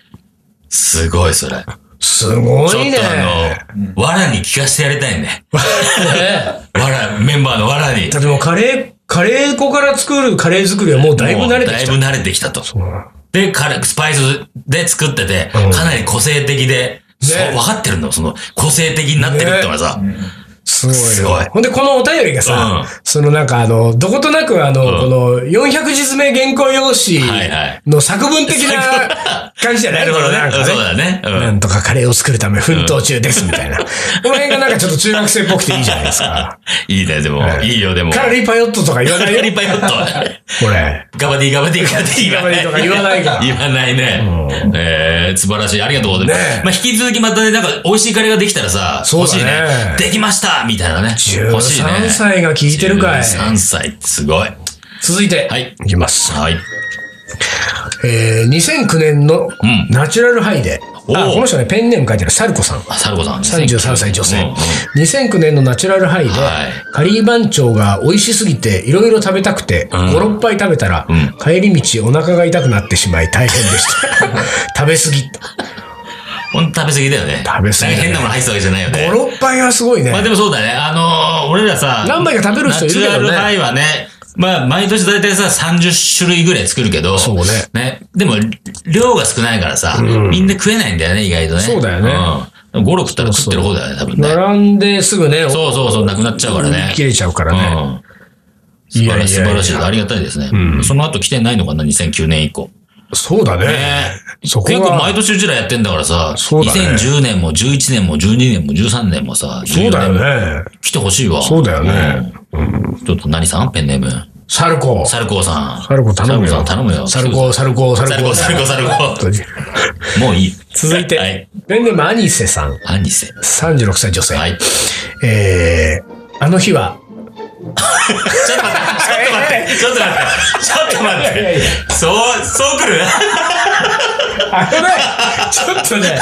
[SPEAKER 2] すごい、それ。
[SPEAKER 1] すご
[SPEAKER 2] ちょ
[SPEAKER 1] い
[SPEAKER 2] っ
[SPEAKER 1] ね。
[SPEAKER 2] とあの、わらに聞かせてやりたいね。わら、メンバーのわらに。
[SPEAKER 1] でもカレー、カレー粉から作るカレー作りはもうだいぶ慣れてきた。
[SPEAKER 2] もうだいぶ慣れてきたと。で、カレースパイスで作ってて、
[SPEAKER 1] うん
[SPEAKER 2] かなり個性的で、そう、分かってるんだよ、その、個性的になってるってのがさ。
[SPEAKER 1] すごいよ。
[SPEAKER 2] すごい
[SPEAKER 1] ほんで、このお便りがさ、
[SPEAKER 2] う
[SPEAKER 1] そのなんかあの、どことなくあの、この400字詰め原稿用紙
[SPEAKER 2] はいはい
[SPEAKER 1] の作文的な感じじゃない
[SPEAKER 2] なる
[SPEAKER 1] こ
[SPEAKER 2] ほ
[SPEAKER 1] の
[SPEAKER 2] どね
[SPEAKER 1] なんか
[SPEAKER 2] う
[SPEAKER 1] ね
[SPEAKER 2] んそうだね。うん
[SPEAKER 1] なんとかカレーを作るため奮闘中です、みたいな。この辺がなんかちょっと中学生っぽくていいじゃないですか。
[SPEAKER 2] いいね、でも、
[SPEAKER 1] うん
[SPEAKER 2] いいよ、でも。
[SPEAKER 1] カラリーパヨットとか言わない
[SPEAKER 2] カ
[SPEAKER 1] よ
[SPEAKER 2] ラ。リパヨット。
[SPEAKER 1] これ。
[SPEAKER 2] ガバディガバディガバディ
[SPEAKER 1] ガバディとか言わないから
[SPEAKER 2] 言わないね。えー、素晴らしい。ありがとうございます。
[SPEAKER 1] ねえ
[SPEAKER 2] まあ、引き続きまたね、なんか、美味しいカレーができたらさ、
[SPEAKER 1] そうだね
[SPEAKER 2] 欲しいね。できましたみたいなね。欲しいね。
[SPEAKER 1] 13歳が聞いてるかい。
[SPEAKER 2] 13歳ってすごい。
[SPEAKER 1] 続いて。
[SPEAKER 2] はい
[SPEAKER 1] いきます。
[SPEAKER 2] はい。
[SPEAKER 1] えー、2009年の
[SPEAKER 2] ん
[SPEAKER 1] ナチュラルハイで。
[SPEAKER 2] おう
[SPEAKER 1] あ、この人ね、ペンネーム書いてある。サルコさん。
[SPEAKER 2] あ、サルコさん。
[SPEAKER 1] 33歳女
[SPEAKER 2] うん
[SPEAKER 1] 性
[SPEAKER 2] うん。
[SPEAKER 1] 2009年のナチュラルハイで
[SPEAKER 2] はい、
[SPEAKER 1] カリー番長が美味しすぎて、いろいろ食べたくて、
[SPEAKER 2] ん
[SPEAKER 1] 5、6杯食べたら、
[SPEAKER 2] *laughs*
[SPEAKER 1] 帰り道お腹が痛くなってしまい大変でした。食べ過ぎ。
[SPEAKER 2] ほんと食べ過ぎだよね。
[SPEAKER 1] 食べ過ぎだね
[SPEAKER 2] なんか変なもの入ってたわけじゃないよね。
[SPEAKER 1] 5、6杯はすごいね
[SPEAKER 2] まあ。でもそうだね。あのー、俺らさ、
[SPEAKER 1] 何杯か食べる人いるけどね
[SPEAKER 2] ナチュラルハイはね、まあ、毎年大体さ、30種類ぐらい作るけど、
[SPEAKER 1] そうね
[SPEAKER 2] ね。でも、量が少ないからさ、みんな食えないんだよね、意外とね。
[SPEAKER 1] そうだよね
[SPEAKER 2] うん。5、6食ったら食ってる方だよね、多分ね。
[SPEAKER 1] 並んですぐね、
[SPEAKER 2] そうそうそう、なくなっちゃうからね。
[SPEAKER 1] 切れちゃうからね。
[SPEAKER 2] うん。素晴らしい、
[SPEAKER 1] いやいや
[SPEAKER 2] 素晴
[SPEAKER 1] いや
[SPEAKER 2] らしい。ありがたいですね。その後来てないのかな、2009年以降。
[SPEAKER 1] そうだね。
[SPEAKER 2] ね
[SPEAKER 1] *laughs* そこは
[SPEAKER 2] 結構毎年うちらやってんだからさ、
[SPEAKER 1] そうだね
[SPEAKER 2] 2010年も11年も12年も13年もさ、
[SPEAKER 1] そうだ
[SPEAKER 2] 14年も
[SPEAKER 1] よね。
[SPEAKER 2] 来てほしいわ。
[SPEAKER 1] そうだよね
[SPEAKER 2] うん。ちょっと何さんペンネーム。
[SPEAKER 1] サルコー。
[SPEAKER 2] サルコーさん。
[SPEAKER 1] サルコー頼むよ。
[SPEAKER 2] サルコーさん頼むよ。
[SPEAKER 1] サルコー、サルコー、サ
[SPEAKER 2] サ
[SPEAKER 1] ル
[SPEAKER 2] ル
[SPEAKER 1] コ
[SPEAKER 2] コ
[SPEAKER 1] ー。
[SPEAKER 2] ー。サルコー、サルコー、
[SPEAKER 1] 本当に
[SPEAKER 2] もういい。
[SPEAKER 1] 続いて、
[SPEAKER 2] はい。
[SPEAKER 1] ペンネームアニセさん。
[SPEAKER 2] アニセ。
[SPEAKER 1] 36歳女性。
[SPEAKER 2] はい。ちょ
[SPEAKER 1] えー、あの日は、
[SPEAKER 2] っと待って、ちょっと待って、ちょっと待って、ちょっと待
[SPEAKER 1] い
[SPEAKER 2] っ
[SPEAKER 1] やいやい
[SPEAKER 2] て。そう、そう来る
[SPEAKER 1] あれね、ちょっとね、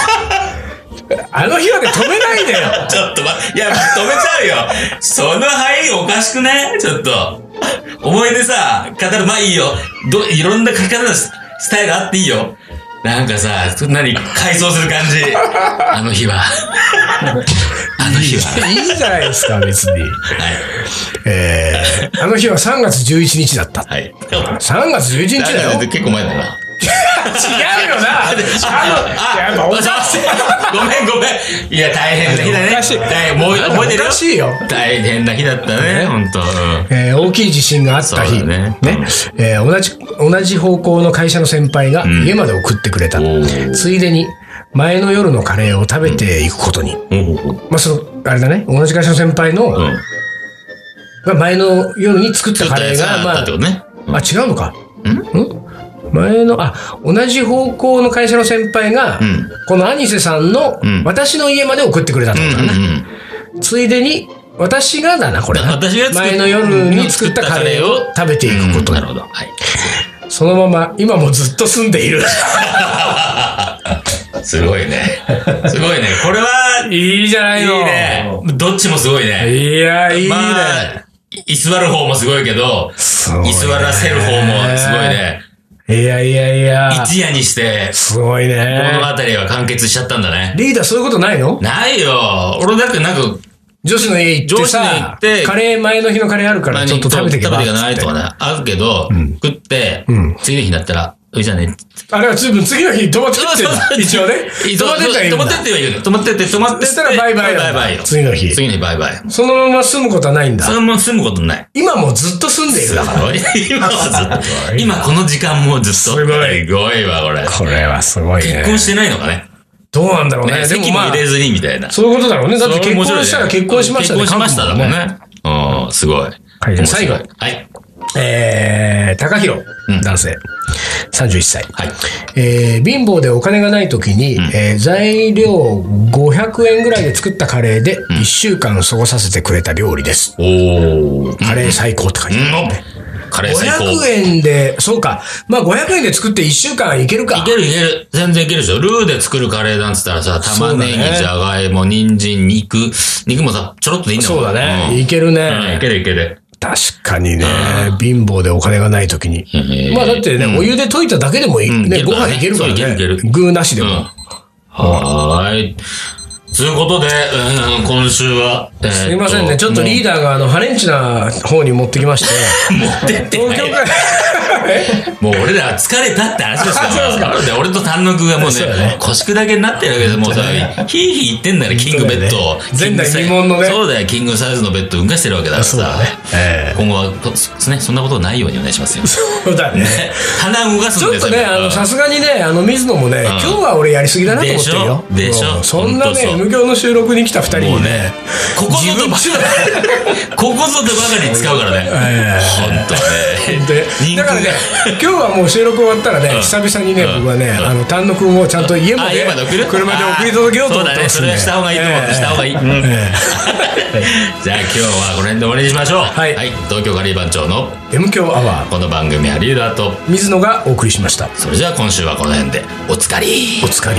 [SPEAKER 1] あの日はね、止めないでよ。
[SPEAKER 2] ちょっと待って、いや、止めちゃうよ。その入りおかしくないちょっと。思い出さ、語る、まあいいよ。ど、いろんな書き方のススタイルあっていいよ。なんかさ、何、回想する感じ。あの日は。あの日は。
[SPEAKER 1] いいじゃないですか、別に。
[SPEAKER 2] はい。
[SPEAKER 1] えー、あの日は3月11日だった。
[SPEAKER 2] はい。
[SPEAKER 1] 3月11日だよ。違う
[SPEAKER 2] 結構前だな。
[SPEAKER 1] よな。あの、やっぱおかしい。
[SPEAKER 2] ごめんごめん。いや、大変な日だね。
[SPEAKER 1] おかしい
[SPEAKER 2] 大変もう覚えて
[SPEAKER 1] お
[SPEAKER 2] るよ
[SPEAKER 1] か。しいよ。
[SPEAKER 2] 大変な日だったね、ほんと。うん
[SPEAKER 1] えー大きい地震があった日、
[SPEAKER 2] そうだね
[SPEAKER 1] ね
[SPEAKER 2] うん
[SPEAKER 1] えー同じ、同じ方向の会社の先輩が
[SPEAKER 2] ん
[SPEAKER 1] 家まで送ってくれた。
[SPEAKER 2] おー
[SPEAKER 1] ついでに、前の夜のカレーを食べていくことに。まあ、その、あれだね、同じ会社の先輩の、
[SPEAKER 2] うん。
[SPEAKER 1] が前の夜に作った
[SPEAKER 2] ちょっ
[SPEAKER 1] カ
[SPEAKER 2] と
[SPEAKER 1] レ
[SPEAKER 2] や
[SPEAKER 1] ー
[SPEAKER 2] つが
[SPEAKER 1] が、
[SPEAKER 2] あったってことね。
[SPEAKER 1] まあ、あ、違うのか。
[SPEAKER 2] うん
[SPEAKER 1] ん前の、あ、同じ方向の会社の先輩が、
[SPEAKER 2] うん
[SPEAKER 1] このアニセさんの、
[SPEAKER 2] ん
[SPEAKER 1] 私の家まで送ってくれたってことだな。
[SPEAKER 2] うんうんうん
[SPEAKER 1] ついでに、私がだな、これな。
[SPEAKER 2] *laughs* 私が作っ
[SPEAKER 1] 前の夜に作ったカレーを食べていくこと
[SPEAKER 2] な
[SPEAKER 1] に
[SPEAKER 2] るほど。はい。
[SPEAKER 1] そのまま、今もずっと住んでいる。
[SPEAKER 2] すごいね。すごいね。これ *laughs* は、い
[SPEAKER 1] いいじゃない
[SPEAKER 2] い
[SPEAKER 1] の。
[SPEAKER 2] ね。どっちもすごいね。
[SPEAKER 1] いや、いいね。
[SPEAKER 2] まあ、居座る方もすごいけど、
[SPEAKER 1] すごい
[SPEAKER 2] 居
[SPEAKER 1] ね
[SPEAKER 2] 座らせる方もすごいね。
[SPEAKER 1] いやいやいや。
[SPEAKER 2] 一夜にして、
[SPEAKER 1] すごい
[SPEAKER 2] 物語
[SPEAKER 1] ね。
[SPEAKER 2] は完結しちゃったんだね。
[SPEAKER 1] リーダーそういうことないの
[SPEAKER 2] ないよ。俺だってなんか、
[SPEAKER 1] 女子の家行ってさ、
[SPEAKER 2] 上司の家行って
[SPEAKER 1] カレー前の日のカレーあるからちょっと食べてけば。
[SPEAKER 2] 食べないとかね。あるけど、食って、次の日になったら、うじゃあね、
[SPEAKER 1] あれは随分次の日に泊まってってんだ。 *laughs* 一応ね。
[SPEAKER 2] 止
[SPEAKER 1] 泊ま
[SPEAKER 2] まっ
[SPEAKER 1] っててってたらいい
[SPEAKER 2] っ止
[SPEAKER 1] ん
[SPEAKER 2] まって
[SPEAKER 1] だ。
[SPEAKER 2] ってはいるの。止まってって、止まってって。
[SPEAKER 1] そしたらバイバイなん
[SPEAKER 2] バ
[SPEAKER 1] だ
[SPEAKER 2] イバイよ。
[SPEAKER 1] 次の日
[SPEAKER 2] 次の日バイバイ。
[SPEAKER 1] そのまま住むことはないん
[SPEAKER 2] そ
[SPEAKER 1] だ。
[SPEAKER 2] のまま住むことない。
[SPEAKER 1] 今もずっと住んでいるだから。
[SPEAKER 2] *laughs* 今はずっと。今この時間もずっと。す
[SPEAKER 1] ごい
[SPEAKER 2] すごいわ、これ。
[SPEAKER 1] これはすごい
[SPEAKER 2] 結
[SPEAKER 1] ね。
[SPEAKER 2] 婚してないのかね。
[SPEAKER 1] どうなんだろう
[SPEAKER 2] ね
[SPEAKER 1] ね。でも
[SPEAKER 2] 席も
[SPEAKER 1] まあ
[SPEAKER 2] 入、れずにみたいな。
[SPEAKER 1] そういうことだろうね。だって
[SPEAKER 2] それ
[SPEAKER 1] 結
[SPEAKER 2] 面白
[SPEAKER 1] 婚
[SPEAKER 2] いね
[SPEAKER 1] したら結婚しました
[SPEAKER 2] 結婚しましただもんね。うん、すごい。
[SPEAKER 1] はいじゃあ最後
[SPEAKER 2] 面白いはい。
[SPEAKER 1] えー、高弘、
[SPEAKER 2] うん
[SPEAKER 1] 男性、31歳。
[SPEAKER 2] はい。
[SPEAKER 1] えー貧乏でお金がない時に、えー材料500円ぐらいで作ったカレーで1週間過ごさせてくれた料理です。
[SPEAKER 2] おー。
[SPEAKER 1] カレー最高って書いてある。
[SPEAKER 2] うん、カレー最高。
[SPEAKER 1] 500
[SPEAKER 2] い
[SPEAKER 1] 円で、そうか。まあ500円で作って1週間いけるか。
[SPEAKER 2] けるいける。全然いけるでしょ。ルーで作るカレーなんつったらさ、玉ねぎ、
[SPEAKER 1] そうだね
[SPEAKER 2] じゃがいも、人参、肉。肉もさ、ちょろっとでいいんだも
[SPEAKER 1] そ
[SPEAKER 2] ん
[SPEAKER 1] うだね。
[SPEAKER 2] ん
[SPEAKER 1] いけるね、
[SPEAKER 2] うんいけるいける。
[SPEAKER 1] 確かにね、貧乏でお金がない時に。
[SPEAKER 2] へー
[SPEAKER 1] まあだってね、お湯で溶いただけでもいい。
[SPEAKER 2] うんいけ
[SPEAKER 1] ね、
[SPEAKER 2] る
[SPEAKER 1] ご
[SPEAKER 2] からね
[SPEAKER 1] 飯いけるから
[SPEAKER 2] そうい
[SPEAKER 1] ね
[SPEAKER 2] けるいけ。
[SPEAKER 1] 具なしで
[SPEAKER 2] うん
[SPEAKER 1] も。。
[SPEAKER 2] はーい。ということで、うん今週は、えー
[SPEAKER 1] すいませんね、ちょっとリーダーがあの、ハレンチな方に持ってきまして。
[SPEAKER 2] も *laughs* う持ってって
[SPEAKER 1] 東
[SPEAKER 2] な
[SPEAKER 1] 京
[SPEAKER 2] い *laughs*
[SPEAKER 1] から、
[SPEAKER 2] もう俺らは疲れたって話ですから。で俺と丹野くんがもう
[SPEAKER 1] そうだ
[SPEAKER 2] ね
[SPEAKER 1] ね、
[SPEAKER 2] 腰砕けになってるわけです。もうさ、ヒーヒー言ってんだね、キングベッドを。
[SPEAKER 1] そうだね前代未
[SPEAKER 2] キングサイ
[SPEAKER 1] 聞のね
[SPEAKER 2] そうだよ、キングサイズのベッドをうんかしてるわけだから
[SPEAKER 1] そうだ
[SPEAKER 2] さ
[SPEAKER 1] ね。え
[SPEAKER 2] 今後はこ、そね、そんなことないようにお願いしますよ。
[SPEAKER 1] そうだね。
[SPEAKER 2] *laughs* 鼻動かす
[SPEAKER 1] ち
[SPEAKER 2] ん
[SPEAKER 1] ょ
[SPEAKER 2] で
[SPEAKER 1] っ
[SPEAKER 2] す
[SPEAKER 1] とね、あの、さすがにね、あの、水野もね、今日は俺やりすぎだなと思ってるよ。
[SPEAKER 2] でしょでしょ
[SPEAKER 1] うんそんな
[SPEAKER 2] ほんと
[SPEAKER 1] ね
[SPEAKER 2] そ、う
[SPEAKER 1] M 響の収録に来た二人
[SPEAKER 2] もう
[SPEAKER 1] に
[SPEAKER 2] ね
[SPEAKER 1] ね、、
[SPEAKER 2] ここぞとばかり、ここぞとばかりに使うからね。
[SPEAKER 1] え
[SPEAKER 2] ほんとね。
[SPEAKER 1] で
[SPEAKER 2] 人、
[SPEAKER 1] だから
[SPEAKER 2] 気
[SPEAKER 1] ね
[SPEAKER 2] が、
[SPEAKER 1] 今日はもう収録終わったらね、
[SPEAKER 2] うん
[SPEAKER 1] 久々にね
[SPEAKER 2] う、ん
[SPEAKER 1] 僕はね、あの、丹野くんをちゃんと家ま
[SPEAKER 2] あ、
[SPEAKER 1] で
[SPEAKER 2] 今で送る、
[SPEAKER 1] 車で送り届けようと思って
[SPEAKER 2] あー
[SPEAKER 1] ます
[SPEAKER 2] そうんだ
[SPEAKER 1] で
[SPEAKER 2] ね、それはした方がいいと思う。
[SPEAKER 1] ええ
[SPEAKER 2] した方がいい。うん
[SPEAKER 1] え
[SPEAKER 2] *laughs* じゃあ今日はこの辺で終わりにしましょう。
[SPEAKER 1] はい
[SPEAKER 2] 東京カリー番長の
[SPEAKER 1] え M 響アワー、
[SPEAKER 2] この番組はリーダーと、
[SPEAKER 1] 水野がお送りしました。
[SPEAKER 2] それじゃあ今週はこの辺で、おつかり
[SPEAKER 1] お疲れ。